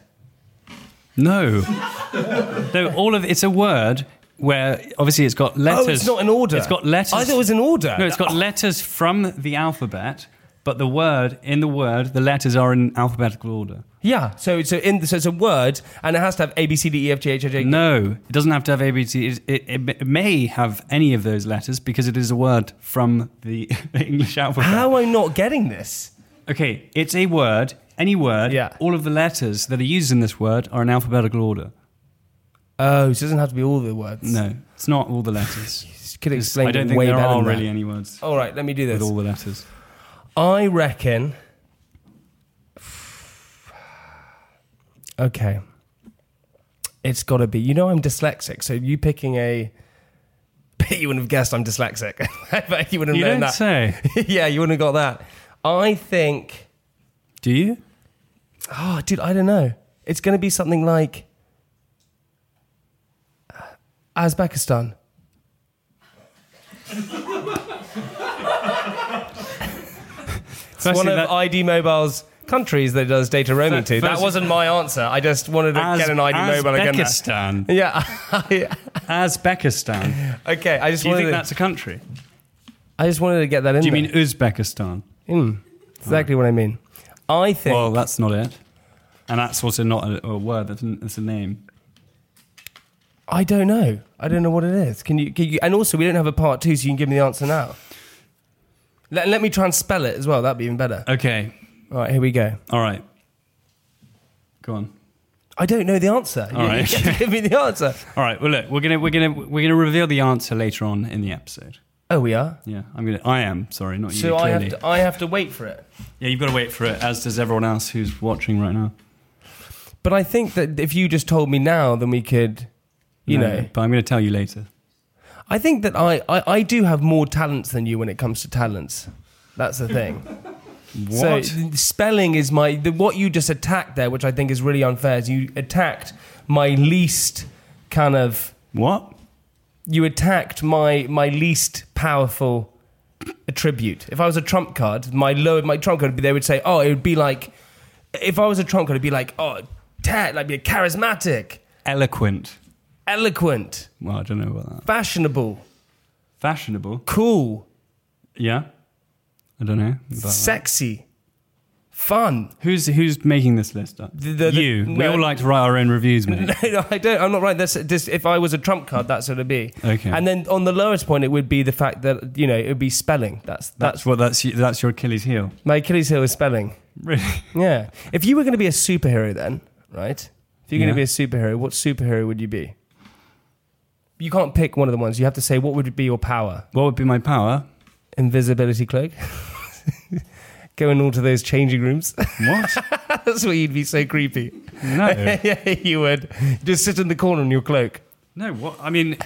No. no, all of it's a word where obviously it's got letters. Oh, it's not in order. It's got letters. I thought it was in order. No, it's got letters from the alphabet, but the word in the word, the letters are in alphabetical order. Yeah. So so in so it's a word and it has to have A B C D E F G H I J. No, it doesn't have to have A B C. It, it, it, it may have any of those letters because it is a word from the <laughs> English alphabet. How am I not getting this? Okay, it's a word, any word. Yeah. All of the letters that are used in this word are in alphabetical order. Oh, so it doesn't have to be all the words. No, it's not all the letters. <laughs> Could explain I don't it think way there better are than that. really any words All right, let me do this. with all the letters. I reckon. Okay. It's got to be. You know, I'm dyslexic, so you picking a. <laughs> Bet you wouldn't have guessed I'm dyslexic. <laughs> I bet you wouldn't have You known don't that. say, <laughs> yeah, you wouldn't have got that. I think. do you? Oh, dude, I don't know. It's going to be something like. uh, Uzbekistan. It's Firstly, one of that- ID Mobile's countries that it does data roaming to. That First- wasn't my answer. I just wanted to As- get an ID mobile again. there. <laughs> Uzbekistan. Yeah. Uzbekistan. okay. I just Do you wanted. to, think that's a country? I just wanted to get that in. Do you there. mean Uzbekistan? exactly what I mean? I think. Well, that's not it. And that's also not a, a word. That's, an, that's a name. I don't know. I don't know what it is. Can you, can you? And also, we don't have a part two, so you can give me the answer now. Let, let me try and spell it as well. That'd be even better. Okay. All right, here we go. All right. Go on. I don't know the answer. You- you right. get to <laughs> give me the answer. All right. Well, look, we're gonna we're gonna we're gonna reveal the answer later on in the episode. Oh, we are. Yeah, I'm gonna. I am sorry, not you. So I have clearly. to. I have to wait for it. Yeah, you've got to wait for it, as does everyone else who's watching right now. But I think that if you just told me now, then we could. You No, know, but I'm gonna tell you later. I think that I, I I do have more talents than you when it comes to talents. That's the thing. What? So spelling is my the, what you just attacked there, which I think is really unfair. Is you attacked my least kind of what? you attacked my my least powerful attribute. If I was a trump card, my low my trump card, would be they would say, oh, it would be like if I was a trump card, it'd be like oh, tat, like be charismatic, Eloquent. eloquent, Well, I don't know about that. fashionable, Fashionable. cool, Yeah. I don't know. About that. sexy, fun. Who's who's making this list up? The- the- the- you. we no. all like to write our own reviews, mate. <laughs> No, I don't. I'm not right. That's just if I was a trump card, that's what it'd be. Okay. And then on the lowest point, it would be the fact that you know it would be spelling. That's that's That's what that's y- that's your Achilles heel. my Achilles heel is spelling. Really? Yeah. If you were going to be a superhero, then right? If you're going Yeah. to be a superhero, what superhero would you be? You can't pick one of the ones. You have to say what would be your power. What would be my power? Invisibility cloak. <laughs> Going all to those changing rooms. <laughs> What? That's where you'd be so creepy. <laughs> No. yeah, you would. Just sit in the corner in your cloak. No, what? I mean,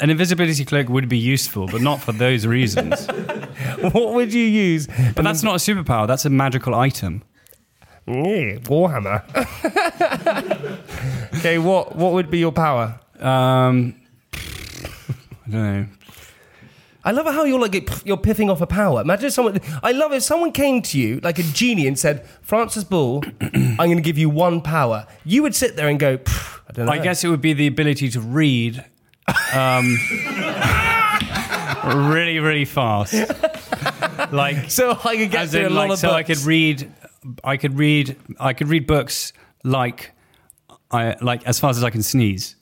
an invisibility cloak would be useful, but not for those <laughs> reasons. What would you use? But that's not a superpower. That's a magical item. Yeah, Mm, Warhammer. <laughs> okay, what what would be your power? Um, I don't know. I love how you're like you're piffing off a power. Imagine if someone. I love if someone came to you like a genie and said, "Francis <clears throat> Bull, I'm going to give you one power." You would sit there and go, "Pff, "I don't know." I guess it would be the ability to read um, really, really fast. <laughs> Like, so. I could get as through a in, lot like, of so I books. could read, I could read, I could read books like, I like as fast as I can sneeze.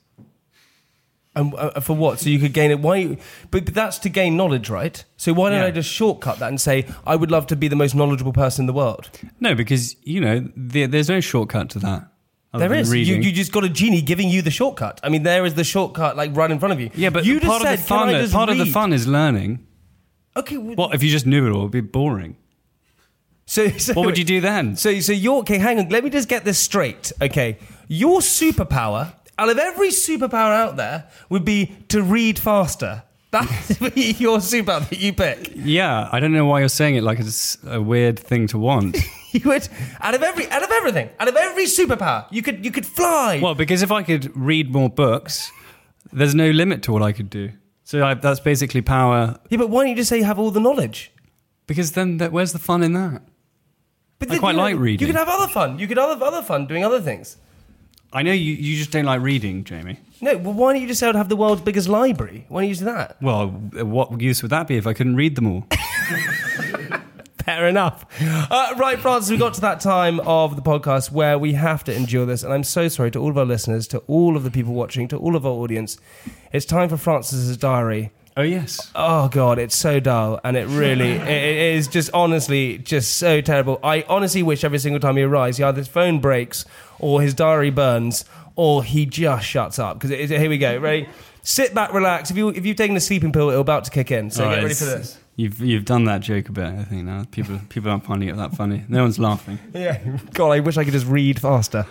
And, uh, for what? So you could gain it. Why? But, but that's to gain knowledge, right? So why don't Yeah. I just shortcut that and say, "I would love to be the most knowledgeable person in the world." No, because you know there, there's no shortcut to that. other There than is. You, reading. you just got a genie giving you the shortcut. I mean, there is the shortcut, like right in front of you. yeah, but you part of the "Can I fun. just part of the read?" fun is learning. Okay. w- What if you just knew it all? It'd be boring. So, so What would you do then? So, so you're okay. Hang on. Let me just get this straight. Okay, your superpower out of every superpower out there would be to read faster. That would <laughs> be your superpower that you pick. Yeah, I don't know why you're saying it like it's a weird thing <laughs> to want. You would out of every out of everything out of every superpower you could you could fly. well, because if I could read more books, there's no limit to what I could do. So I, that's basically power. yeah, but why don't you just say you have all the knowledge? Because then, that, where's the fun in that? But I then quite you- like You reading. could have other fun. You could have other fun doing other things. I know you, you just don't like reading, Jamie. No, well, why don't you just say I'd have the world's biggest library? Why don't you do that? <laughs> Well, what use would that be if I couldn't read them all? Fair enough. Uh, right, Francis, we got to that time of the podcast where we have to endure this. And I'm so sorry to all of our listeners, to all of the people watching, to all of our audience. It's time for Francis's diary. Oh, yes. Oh, God, it's so dull. And it <laughs> really it- it is just honestly just so terrible. I honestly wish every single time he arrives, he either his phone breaks or his diary burns or he just shuts up. Because here we go. <laughs> Ready? Sit back, relax. If, you, if you've taken a sleeping pill, it'll about to kick in. So All get right, ready for it's- this. You've, you've done that joke a bit, I think, now. People, people aren't finding it that funny. No one's laughing. Yeah. <laughs> God, I wish I could just read <laughs> faster.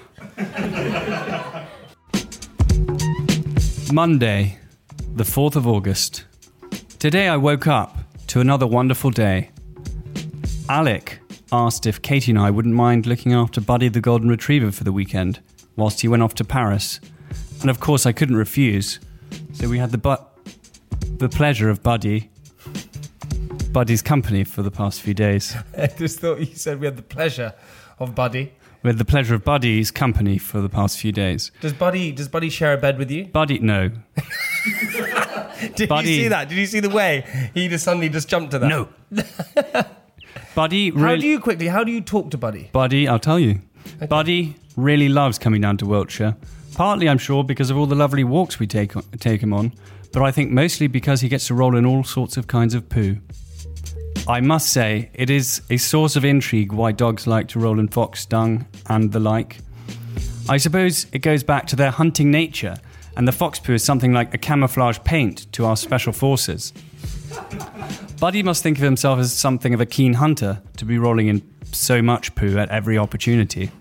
Monday, the 4th of August. Today I woke up to another wonderful day. Alec asked if Katie and I wouldn't mind looking after Buddy the Golden Retriever for the weekend whilst he went off to Paris. And of course I couldn't refuse. So we had the but the pleasure of Buddy Buddy's company for the past few days. I just thought you said we had the pleasure of Buddy. with the pleasure of Buddy's company for the past few days. Does Buddy does Buddy share a bed with you? Buddy, no, <laughs> Did Buddy- you see that? Did you see the way he just suddenly just jumped to that? no. Buddy, <laughs> really, How do you quickly? How do you talk to Buddy? Buddy, I'll tell you. Buddy really loves coming down to Wiltshire. Partly, I'm sure, because of all the lovely walks we take take him on, but I think mostly because he gets to roll in all sorts of kinds of poo. I must say, it is a source of intrigue why dogs like to roll in fox dung and the like. I suppose it goes back to their hunting nature, and the fox poo is something like a camouflage paint to our special forces. <laughs> Buddy must think of himself as something of a keen hunter to be rolling in so much poo at every opportunity.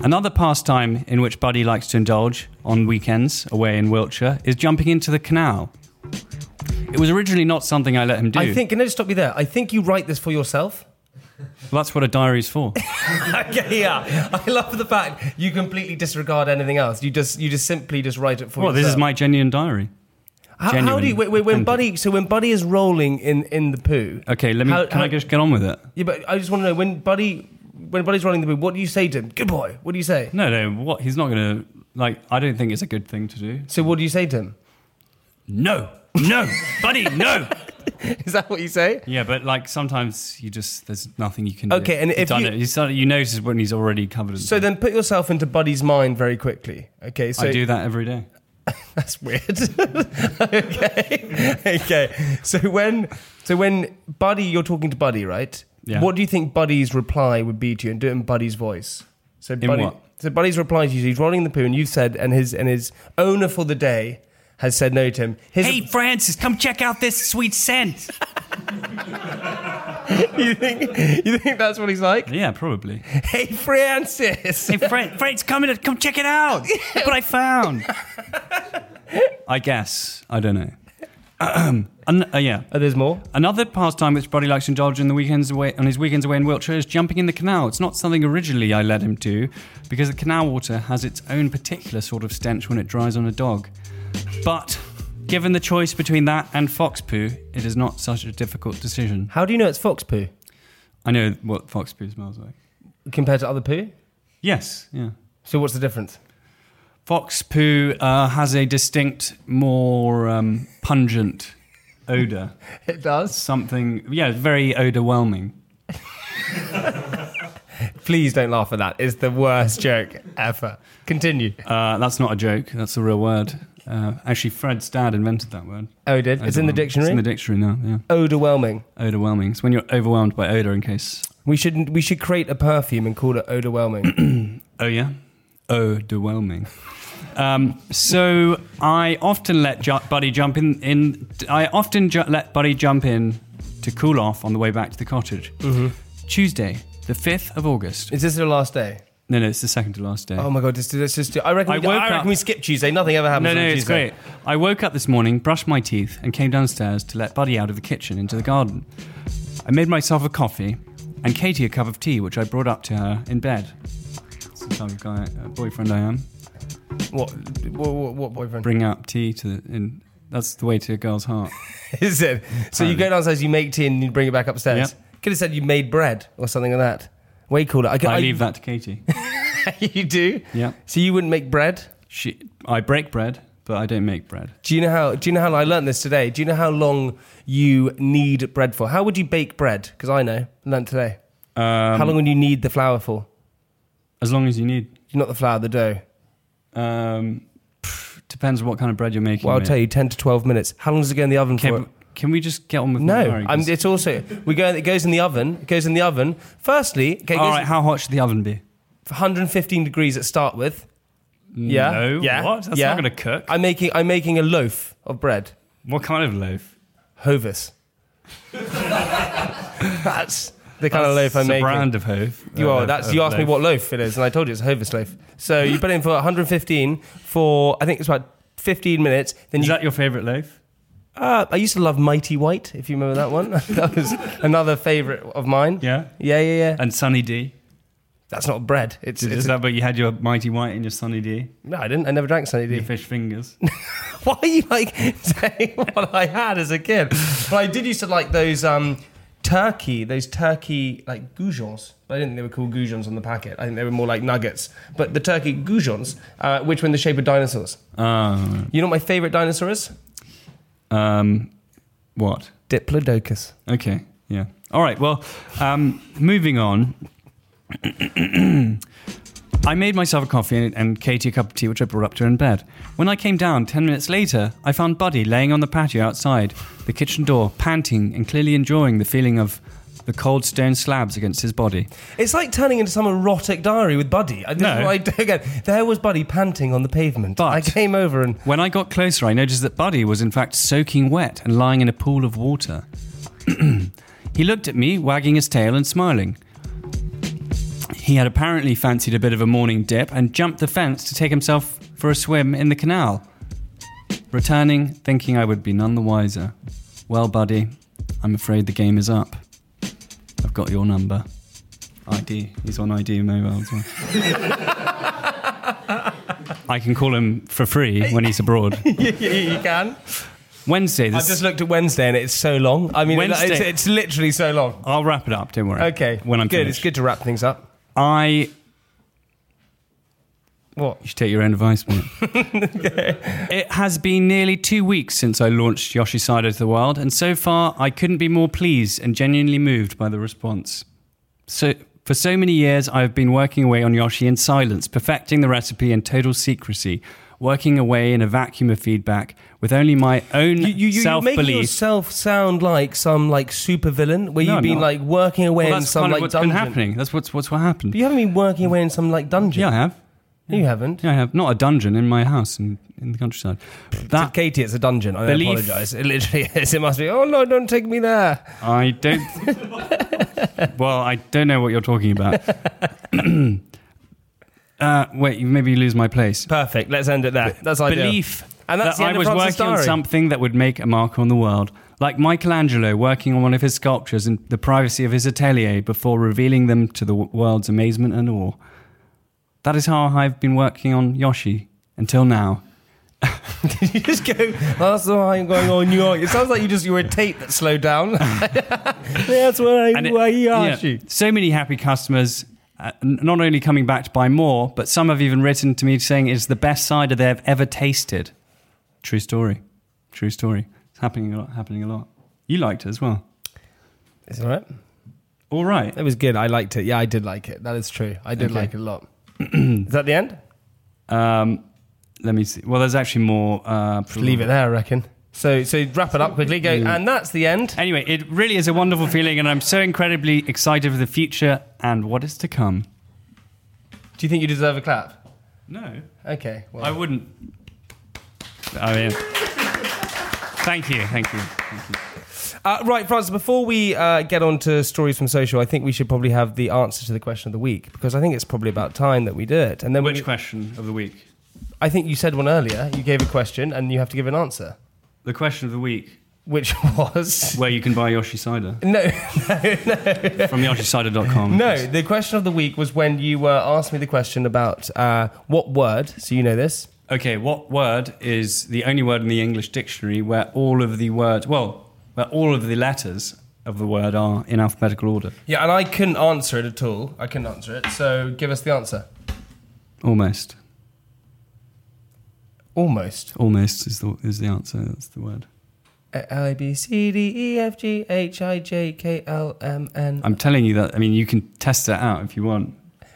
Another pastime in which Buddy likes to indulge on weekends away in Wiltshire is jumping into the canal. It was originally not something I let him do. I think. Can I just stop you there? I think you write this for yourself. Well, that's what a diary's for. <laughs> okay, yeah. I love the fact you completely disregard anything else. You just you just simply just write it for well, this is yourself. my genuine diary. How, how do you genuine wait, wait, when content. Buddy? So when Buddy is rolling in in the poo. Okay, let me. How- can how- I just get on with it? Yeah, but I just want to know when Buddy when Buddy's rolling the poo. What do you say to him? Good boy. What do you say? No, no. What? He's not gonna like. I don't think it's a good thing to do. So what do you say to him? <laughs> No, no, Buddy, no. Is that what you say? Yeah, but like sometimes you just there's nothing you can do. Okay, and You've if done you- it, you, start, you notice when he's already covered. In So poo. then put yourself into Buddy's mind very quickly. Okay, so I do that every day. That's weird. <laughs> okay. Okay. So when so when Buddy you're talking to Buddy, right? Yeah. What do you think Buddy's reply would be to you and do it in Buddy's voice? So Buddy what? So Buddy's reply to you, he's rolling in the poo and you've said and his and his owner for the day has said no to him. His, Francis, come check out this sweet scent. <laughs> you think you think that's what he's like? yeah, probably. Hey Francis. Hey, Fran- Frank's coming. To, come check it out. Look what I found. I guess I don't know. <clears throat> An- uh, yeah, <laughs> Oh, there's more. Another pastime which Buddy likes to indulge in the weekends away on his weekends away in Wiltshire is jumping in the canal. It's not something originally I let him do, because the canal water has its own particular sort of stench when it dries on a dog. But given the choice between that and fox poo, it is not such a difficult decision. How do you know it's fox poo I know what fox poo smells like. compared to other poo? Yes, yeah. So what's the difference? Fox poo uh, has a distinct, more um, pungent odor. It does. Something, yeah, very odorwhelming. Please don't laugh at that. It's the worst joke ever. Continue. Uh, that's not a joke. That's a real word. Uh, actually, Fred's dad invented that word. Oh, it did. It's in the Overwhelm- dictionary. It's in the dictionary now. Yeah, Odorwhelming. overwhelming. It's when you're overwhelmed by odor. In case. We should we should create a perfume and call it <coughs> Odorwhelming. Oh yeah. Overwhelming. Um, so I often let ju- Buddy jump in. In I often ju- let Buddy jump in to cool off on the way back to the cottage. Mm-hmm. Tuesday, the fifth of August. Is this the last day? No, no, it's the second to last day. Oh my god, this this just I reckon I we, woke I reckon up- we skip Tuesday. Nothing ever happens No, on no, it's Tuesday. great. I woke up this morning, brushed my teeth, and came downstairs to let Buddy out of the kitchen into the garden. I made myself a coffee and Katie a cup of tea, which I brought up to her in bed. It's the type of guy, uh, boyfriend I am. What what, what, what boyfriend? Bring up tea to the. In, that's the way to a <laughs> girl's heart. Is it? So Um, you go downstairs, you make tea and you bring it back upstairs. Could have said you made bread or something like that. Way cooler. I, could- I I- leave that to Katie. <laughs> you do? Yeah. So you wouldn't make bread? She, I break bread, but I don't make bread. Do you know how do you know how I learned this today? Do you know how long you need bread for? How would you bake bread? Because I know. Learned today. Um, how long would you need the flour for? As long as you need. Not the flour, the dough. Um, pff, depends what kind of bread you're making. Well, I'll mate. tell you, ten to twelve minutes. How long does it go in the oven Okay, for? but can we just get on with the No, diary? I'm, it's also we go. It goes in the oven. It goes in the oven. Firstly, okay, it All goes right, how hot should the oven be? 115 degrees at start with. Yeah, No, yeah, what? That's yeah. not going to cook. I'm making I'm making a loaf of bread. What kind of loaf? <laughs> Hovis. that's the kind of loaf I'm It's a making. brand of loaf. You Uh, are. loaf- That's of you asked me loaf. what loaf it is, and I told you it's a Hovis loaf. So you put in for 115 for I think it's about 15 minutes. Then Is you that your favourite loaf? Uh, I used to love Mighty White, if you remember that one. <laughs> that was another favourite of mine. Yeah. Yeah, yeah, yeah. And Sunny D. That's not bread. It's, Is it's that where you had your Mighty White and your Sunny D? no, I didn't. I never drank Sunny <laughs> Your D. fish <laughs> fingers. <laughs> Why are you like saying what I had as a kid? But I did used to like those um, turkey, those turkey like goujons. I didn't think they were called goujons on the packet. I think they were more like nuggets. But the turkey goujons, uh, which were in the shape of dinosaurs. Um, You know what my favorite dinosaur is? um, what? Diplodocus. Okay. Yeah. All right. Well, um, moving on. <clears throat> I made myself a coffee and, and Katie a cup of tea, which I brought up to her in bed. When I came down ten minutes later, I found Buddy laying on the patio outside the kitchen door, panting and clearly enjoying the feeling of the cold stone slabs against his body. It's like turning into some erotic diary with Buddy. I, this No. is what I do <laughs> again. There was Buddy panting on the pavement. But- I came over <laughs> and When I got closer, I noticed that Buddy was in fact soaking wet and lying in a pool of water. <clears throat> he looked at me, wagging his tail and smiling. He had apparently fancied a bit of a morning dip and jumped the fence to take himself for a swim in the canal. Returning, thinking I would be none the wiser. Well, Buddy, I'm afraid the game is up. I've got your number. ID. He's on ID mobile as well. I can call him for free when he's <laughs> abroad. you, you can. Wednesday. This, I've just looked at Wednesday and it's so long. I mean, it's, Wednesday. it's literally so long. I'll wrap it up. Don't worry. Okay, When I'm good, finished. it's good to wrap things up. I. You What? should take your own advice, mate. <laughs> It <laughs> has been nearly two weeks since I launched Yoshi's Side of the World, and so far I couldn't be more pleased and genuinely moved by the response. So. For so many years, I have been working away on Yoshi in silence, perfecting the recipe in total secrecy, working away in a vacuum of feedback with only my own You, you, you, you self make belief. yourself sound like some like super villain where No, you've I'm been not. like working away Well, in that's some kind of like what's dungeon. been happening. That's what's, what's what happened. You haven't been working away in some like dungeon. Yeah, I have. you haven't. Yeah, I have not a dungeon in my house in, in the countryside. To That Katie, it's a dungeon. I Belief- apologise. It literally <laughs> is. It must be. Oh no, don't take me there. I don't. <laughs> well, I don't know what you're talking about. <clears throat> uh, wait, you maybe lose my place. Perfect. Let's end it there. That's ideal. Belief And that's the that end I of was working Francis on Diary. something that would make a mark on the world, like Michelangelo working on one of his sculptures in the privacy of his atelier before revealing them to the w- world's amazement and awe. That is how I've been working on Yoshi until now. <laughs> You just go. "Oh, that's why I'm going on New York. It sounds like you just you were a tape that slowed <laughs> down. that's why And I'm it- going on yeah, so many happy customers, uh, n- not only coming back to buy more, but some have even written to me saying it's the best cider they've ever tasted. True story. True story. It's happening a lot. Happening a lot. You liked it as well. It's all right. All right. It was good. I liked it. Yeah, I did like it. That is true. I did Okay. like it a lot. <clears throat> is that the end? Um, let me see. Well, there's actually more. Uh, Leave it there, I reckon. So, so wrap it up quickly. Go, and that's the end. Anyway, it really is a wonderful feeling, and I'm so incredibly excited for the future and what is to come. Do you think you deserve a clap? No, Okay. Well, I wouldn't. I mean, thank you, thank you. Uh, right, Francis, before we uh, get on to stories from social, I think we should probably have the answer to the question of the week because I think it's probably about time that we do it. And then Which we- question of the week? I think you said one earlier. You gave a question and you have to give an answer, The question of the week, which <laughs> was. where you can buy Yoshi cider No, from <laughs> yoshicider.com. no. The question of the week was when you were asked me the question about uh, what word. So you know this. Okay, what word is the only word in the English dictionary where all of the words, well, where all of the letters of the word are in alphabetical order? Yeah, and I couldn't answer it at all. I couldn't answer it. So give us the answer. Almost. Almost. Almost is the, is the answer. That's the word. A I B C D E F G H I J K L M N I'm telling you that, I mean, you can test that out if you want.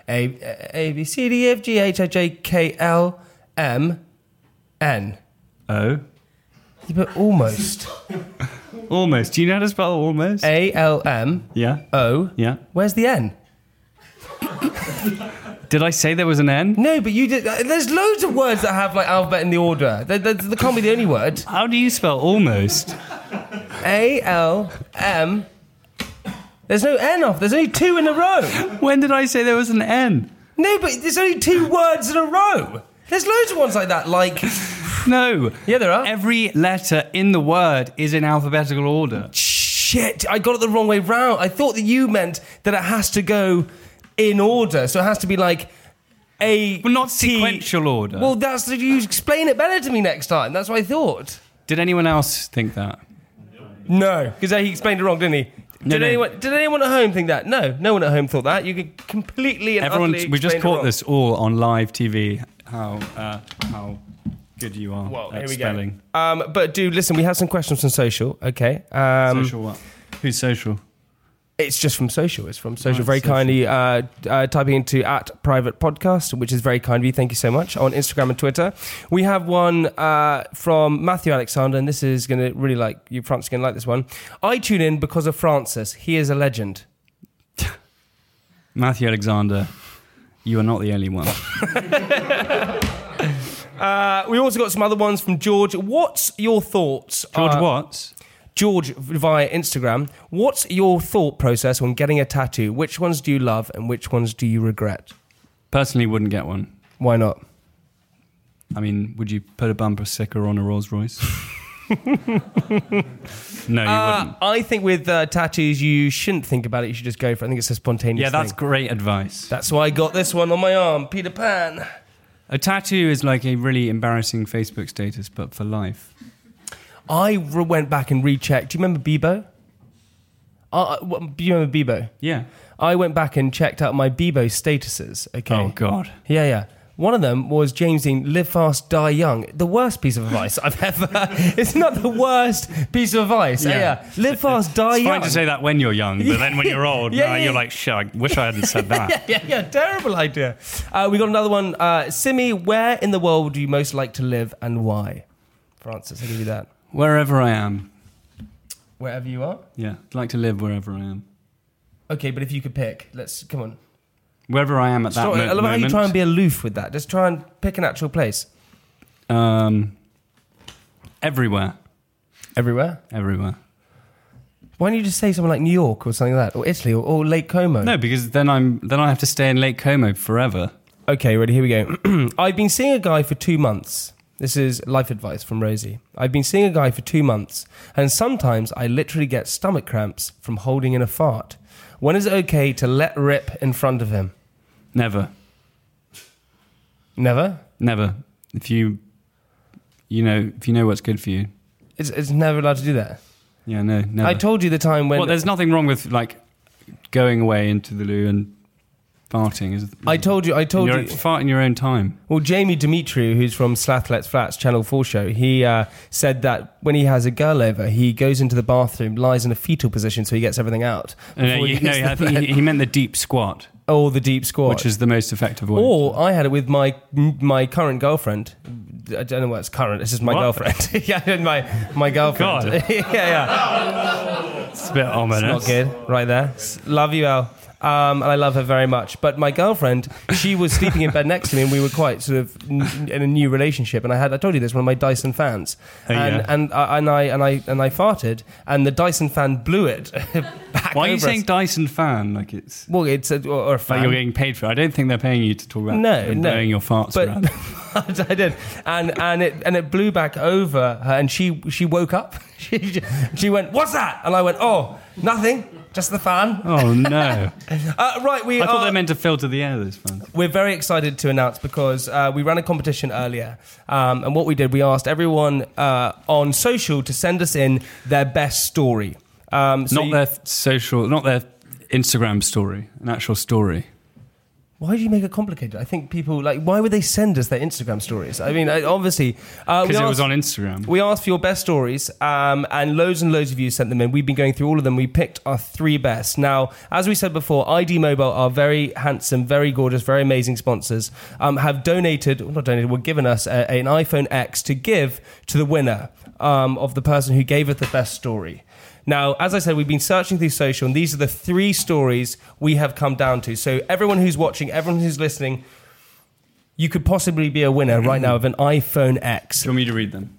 A A B C D E F G H I J K L M N. O. You put almost Almost. Do you know how to spell almost? A L M yeah. O. Yeah. Where's the N? Did I say there was an N? No, but you did. uh, There's loads of words that have like alphabet in the order. They, they, they can't be the only word. How do you spell almost? A L M. There's no N off. There's only two in a row. When did I say there was an N? No, but there's only two words in a row. There's loads of ones like that. Like No. yeah, there are. Every letter in the word is in alphabetical order. Shit, I got it the wrong way round. I thought that you meant that it has to go in order. So it has to be like a. Well, not T- sequential order. Well, that's you explain it better to me next time. That's what I thought. Did anyone else think that? No, because he explained it wrong, didn't he? No, did, no. anyone, did anyone at home think that? No, no one at home thought that. You could completely and Everyone, utterly we've just explained it caught wrong. this all on live TV. How uh, how good you are Well, at here we spelling. go. Um, but do listen. We have some questions from social. Okay. Um, Social what? Who's social? It's just from social. It's from social. Right, very social. kindly uh, uh, typing into at private podcast, which is very kind of you. Thank you so much on Instagram and Twitter. We have one uh, from Matthew Alexander, and this is going to really like you. Francis going to like this one. I tune in because of Francis. He is a legend. Matthew Alexander. You are not the <laughs> only one. Uh, we also got some other ones from George. What's your thoughts? George uh, Watts. George via Instagram. What's your thought process when getting a tattoo? Which ones do you love and which ones do you regret? Personally, wouldn't get one. Why not? I mean, would you put a bumper sticker on a <laughs> Rolls Royce? no, you Uh, wouldn't. I think with uh, tattoos, you shouldn't think about it. You should just go for it. I think it's a spontaneous Yeah, that's thing. great advice. That's why I got this one on my arm, Peter Pan. a tattoo is like a really embarrassing Facebook status, but for life. I re- went back and rechecked. Do you remember Bebo? Uh, what, do you remember Bebo? Yeah. I went back and checked out my Bebo statuses. Okay. Oh God. Yeah, yeah. One of them was James Dean, live fast, die young. The worst piece of advice I've <laughs> ever. it's not the worst piece of advice. Yeah, Yeah. yeah. Live fast, die It's young. fine to say that when you're young, but then <laughs> when you're old, Oh, Yeah, now yeah, you're yeah. like, shit, I wish I <laughs> hadn't said yeah, <laughs> that. yeah, yeah. Terrible idea. Uh, we got another one. Uh, Simi, where in the world do you most like to live and why? Francis, I'll give you that. Wherever I am. Wherever you are. Yeah. I'd like to live wherever I am. Okay, but if you could pick, let's come on. Wherever I am at that Sorry, mo- I love how you moment. try and be aloof with that. Just try and pick an actual place. um, everywhere. Everywhere. Everywhere. Why don't you just say something like New York or something like that, or Italy, or, or Lake Como? No, because then I'm then I have to stay in Lake Como forever. Okay, ready, here we go. <clears throat> I've been seeing a guy for two months. This is life advice from Rosie. I've been seeing a guy for two months, and sometimes I literally get stomach cramps from holding in a fart. When is it okay to let rip in front of him? Never. Never? Never. If you you know if you know what's good for you. It's, it's never allowed to do that. Yeah, no, never. I told you the time when. well, there's nothing wrong with like going away into the loo and farting. Is I told you, I told you're you. fart in your own time. Well, Jamie Demetriou, who's from Slathlet's Flats Channel 4 show, he uh, said that when he has a girl over, he goes into the bathroom, lies in a fetal position so he gets everything out. No, <laughs> before you, he no, hits I the think bed. <laughs> he, he meant the deep squat, Oh, the deep squat. which is the most effective way. Or I had it with my my current girlfriend. I don't know what's current. It's just my What? girlfriend. <laughs> yeah, my my girlfriend. God. <laughs> yeah, yeah. it's a bit Not ominous. good. Right there. S- Love you, Al. Um, and I love her very much. But my girlfriend, she was sleeping in bed next to me, and we were quite sort of n- in a new relationship. And I had, I told you this, one of my Dyson fans, Oh, and yeah. and, I, and I and I and I farted, and the Dyson fan blew it. <laughs> back Why are you over saying us. Dyson fan? Like it's Well, it's a, or a like fan. you're getting paid for. it. I don't think they're paying you to talk about No, and no. blowing your farts but around. <laughs> I did, and and it and it blew back over her, and she she woke up. <laughs> She she went, "What's that?" And I went, "Oh, nothing, just the fan." <laughs> Oh no! Uh, right, we I thought are. they meant to filter the air. Those fans. we're very excited to announce because uh, we ran a competition earlier, um, and what we did, we asked everyone uh, on social to send us in their best story. Um, so not you- their f- social, not their Instagram story, an actual story. Why do you make it complicated? I think people like. Why would they send us their Instagram stories? I mean, I, obviously, uh, we Because it was asked- on Instagram. We asked for your best stories, um, and loads and loads of you sent them in. We've been going through all of them. We picked our three best. Now, as we said before, ID Mobile are very handsome, very gorgeous, very amazing sponsors. Um, have donated, well, not donated, well, given us a, an iPhone X to give to the winner um, of the person who gave us the best story. Now, as I said, we've been searching through social, and these are the three stories we have come down to. So, everyone who's watching, everyone who's listening, you could possibly be a winner right now of an iPhone X. Do you want me to read them?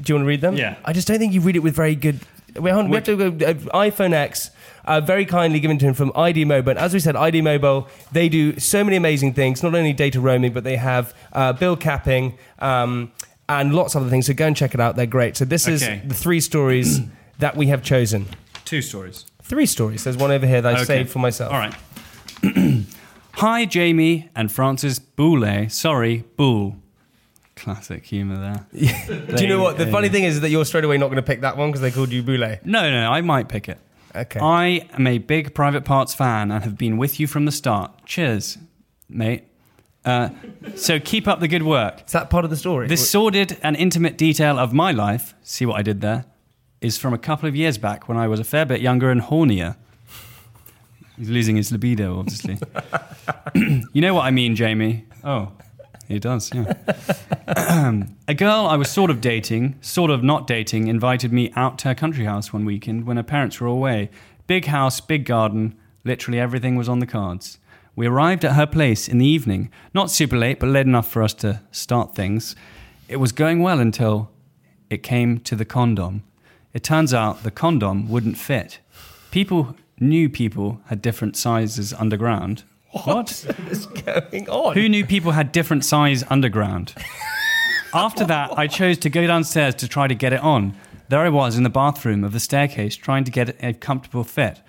Do you want to read them? Yeah. I just don't think you read it with very good. We have, we have to go uh, iPhone X, uh, very kindly given to him from ID Mobile. And as we said, ID Mobile, they do so many amazing things, not only data roaming, but they have uh, bill capping um, and lots of other things. So go and check it out. They're great. So this Okay. is the three <clears throat> stories that we have chosen. Two stories. Three stories. There's one over here that I Okay. saved for myself. All right. <clears throat> Hi, Jamie and Francis Boulay. Sorry, Bool. Classic humour there. Do you know what? The funny thing is that you're straight away not going to pick that one because they called you Boule. No, no, I might pick it. Okay. I am a big private parts fan and have been with you from the start. Cheers, mate. Uh, so keep up the good work. Is that part of the story? This sordid and intimate detail of my life, see what I did there, is from a couple of years back when I was a fair bit younger and hornier. He's losing his libido, obviously. <clears throat> you know what I mean, Jamie. Oh, he does, yeah. a girl I was sort of dating, sort of not dating, invited me out to her country house one weekend when her parents were away. Big house, big garden, literally everything was on the cards. We arrived at her place in the evening, not super late, but late enough for us to start things. It was going well until it came to the condom. It turns out the condom wouldn't fit. People knew people had different sizes underground. what? What's <laughs> going on? Who knew people had different size underground? After that, I chose to go downstairs to try to get it on. There I was in the bathroom of the staircase trying to get a comfortable fit,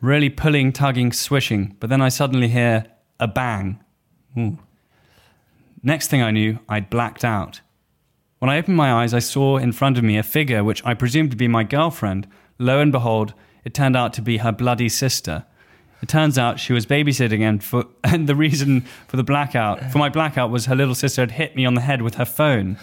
really pulling, tugging, swishing. But then I suddenly hear a bang. Ooh. Next thing I knew, I'd blacked out. When I opened my eyes, I saw in front of me a figure which I presumed to be my girlfriend. Lo and behold, it turned out to be her bloody sister. It turns out she was babysitting, and for <laughs> and the reason for the blackout for my blackout was her little sister had hit me on the head with her phone.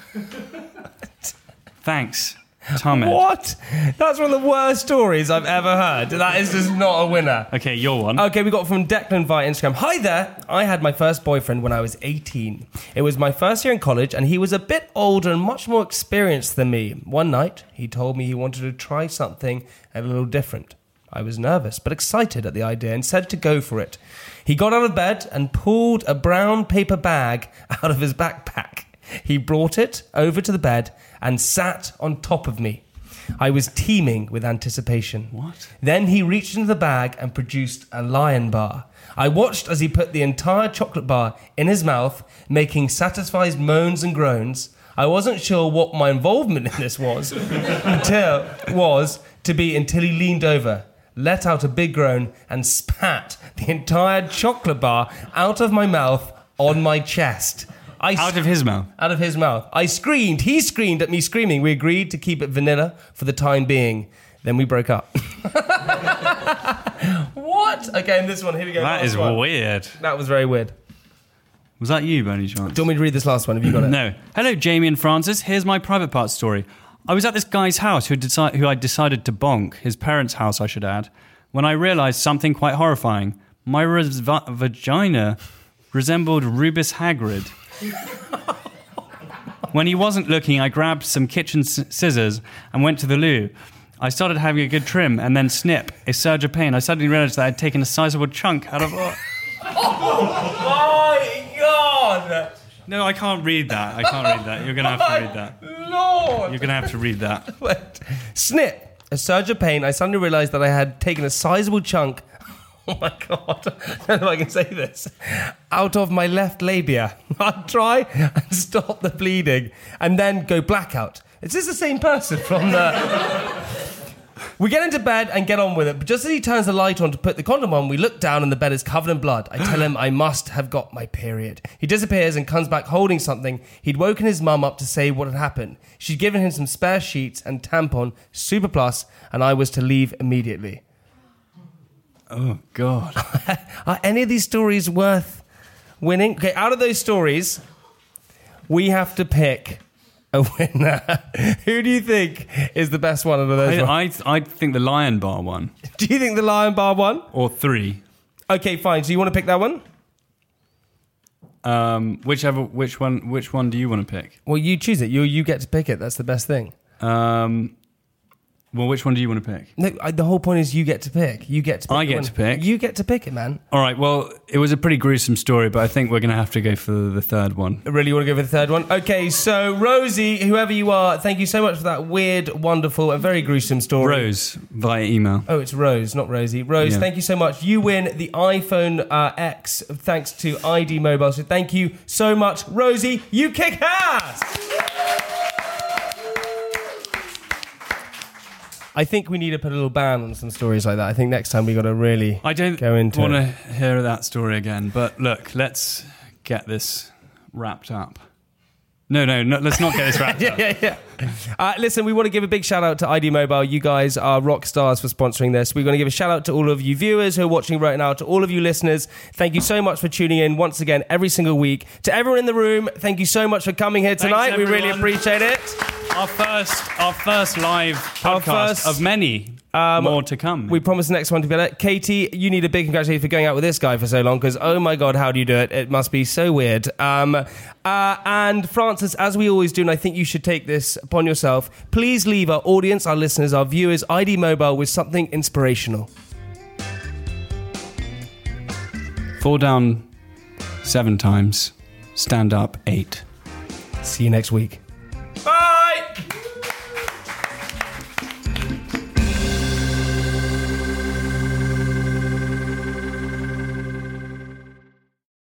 Thanks, Thomas. What? That's one of the worst stories I've ever heard. That is just not a winner. Okay, your one. Okay, we got from Declan via Instagram. Hi there. I had my first boyfriend when I was 18. It was my first year in college, and he was a bit older and much more experienced than me. One night, he told me he wanted to try something a little different. I was nervous but excited at the idea and said to go for it. He got out of bed and pulled a brown paper bag <laughs> out of his backpack. He brought it over to the bed and sat on top of me. I was teeming with anticipation. What? Then he reached into the bag and produced a lion bar. I watched as he put the entire chocolate bar in his mouth, making satisfied moans and groans. I wasn't sure what my involvement in this <laughs> was until was to be until he leaned over, let out a big groan, and spat the entire chocolate bar out of my mouth on my chest. I Out of his mouth. out of his mouth. I screamed. He screamed at me, screaming. We agreed to keep it vanilla for the time being. Then we broke up. <laughs> what? Again, this one. Here we go. That Last is one. weird. That was very weird. Was that you, by any chance? Do you want me to read this last one? Have you got it? No. Hello, Jamie and Francis. Here's my private part story. I was at this guy's house who, deci- who I decided to bonk, his parents' house, I should add, when I realized something quite horrifying. My res- va- vagina resembled Rubus Hagrid. <laughs> when he wasn't looking, I grabbed some kitchen s- scissors and went to the loo. I started having a good trim and then snip, a surge of pain. I suddenly realized that I'd taken a sizable chunk out of. My God! <laughs> No, I can't read that. I can't read that. You're going to have to read that. Lord! You're going to have to read that. But- Snip. A surge of pain. I suddenly realised that I had taken a sizable chunk. <laughs> Oh my god! <laughs> I don't know if I can say this. Out of my left labia. <laughs> I'd try and stop the bleeding, and then go blackout. Is this the same person from the? We get into bed and get on with it, but just as he turns the light on to put the condom on, we look down and the bed is covered in blood. I tell him I must have got my period. He disappears and comes back holding something. He'd woken his mum up to say what had happened. She'd given him some spare sheets and tampon, Super Plus, and I was to leave immediately. Oh God! Are any of these stories worth winning? Okay, out of those stories, we have to pick a winner. <laughs> Who do you think <laughs> is the best one out of those? I, ones? I I think the Lion Bar one do you think the Lion Bar one? or three, Okay, fine. So you want to pick that one? um, whichever which one which one do you want to pick? Well, you choose it. You you get to pick it. That's the best thing. Um, well, which one do you want to pick? No, I, the whole point is you get to pick. You get to. Pick I the get one. to pick? You get to pick it, man. All right. Well, it was a pretty gruesome story, but I think we're going to have to go for the third one. I really want to go for the third one. Okay, so Rosie, whoever you are, thank you so much for that weird, wonderful, and very gruesome story. Rose via email. Oh, it's Rose, not Rosie. Rose, Yeah. thank you so much. You win the iPhone uh, X thanks to ID Mobile. So thank you so much, Rosie. You kick ass. I think we need to put a little ban on some stories like that. I think next time we got to really. I don't Go want into to hear that story again. But look, let's get this wrapped up. No, no, no let's not get this wrapped up. <laughs> yeah, yeah. Uh, listen, we want to give a big shout out to ID Mobile. You guys are rock stars for sponsoring this. We're going to give a shout out to all of you viewers who are watching right now, to all of you listeners. Thank you so much for tuning in once again every single week. To everyone in the room, thank you so much for coming here tonight. we really everyone. appreciate it. Our first, our first live Our podcast first- um, of many more to come. We promise the next one to be like Katie. You need a big congratulations for going out with this guy for so long because oh my god, how do you do it? It must be so weird. Um, uh, and Francis, as we always do, and I think you should take this upon yourself. Please leave our audience, our listeners, our viewers, ID Mobile with something inspirational. Fall down seven times, stand up eight. See you next week. Bye.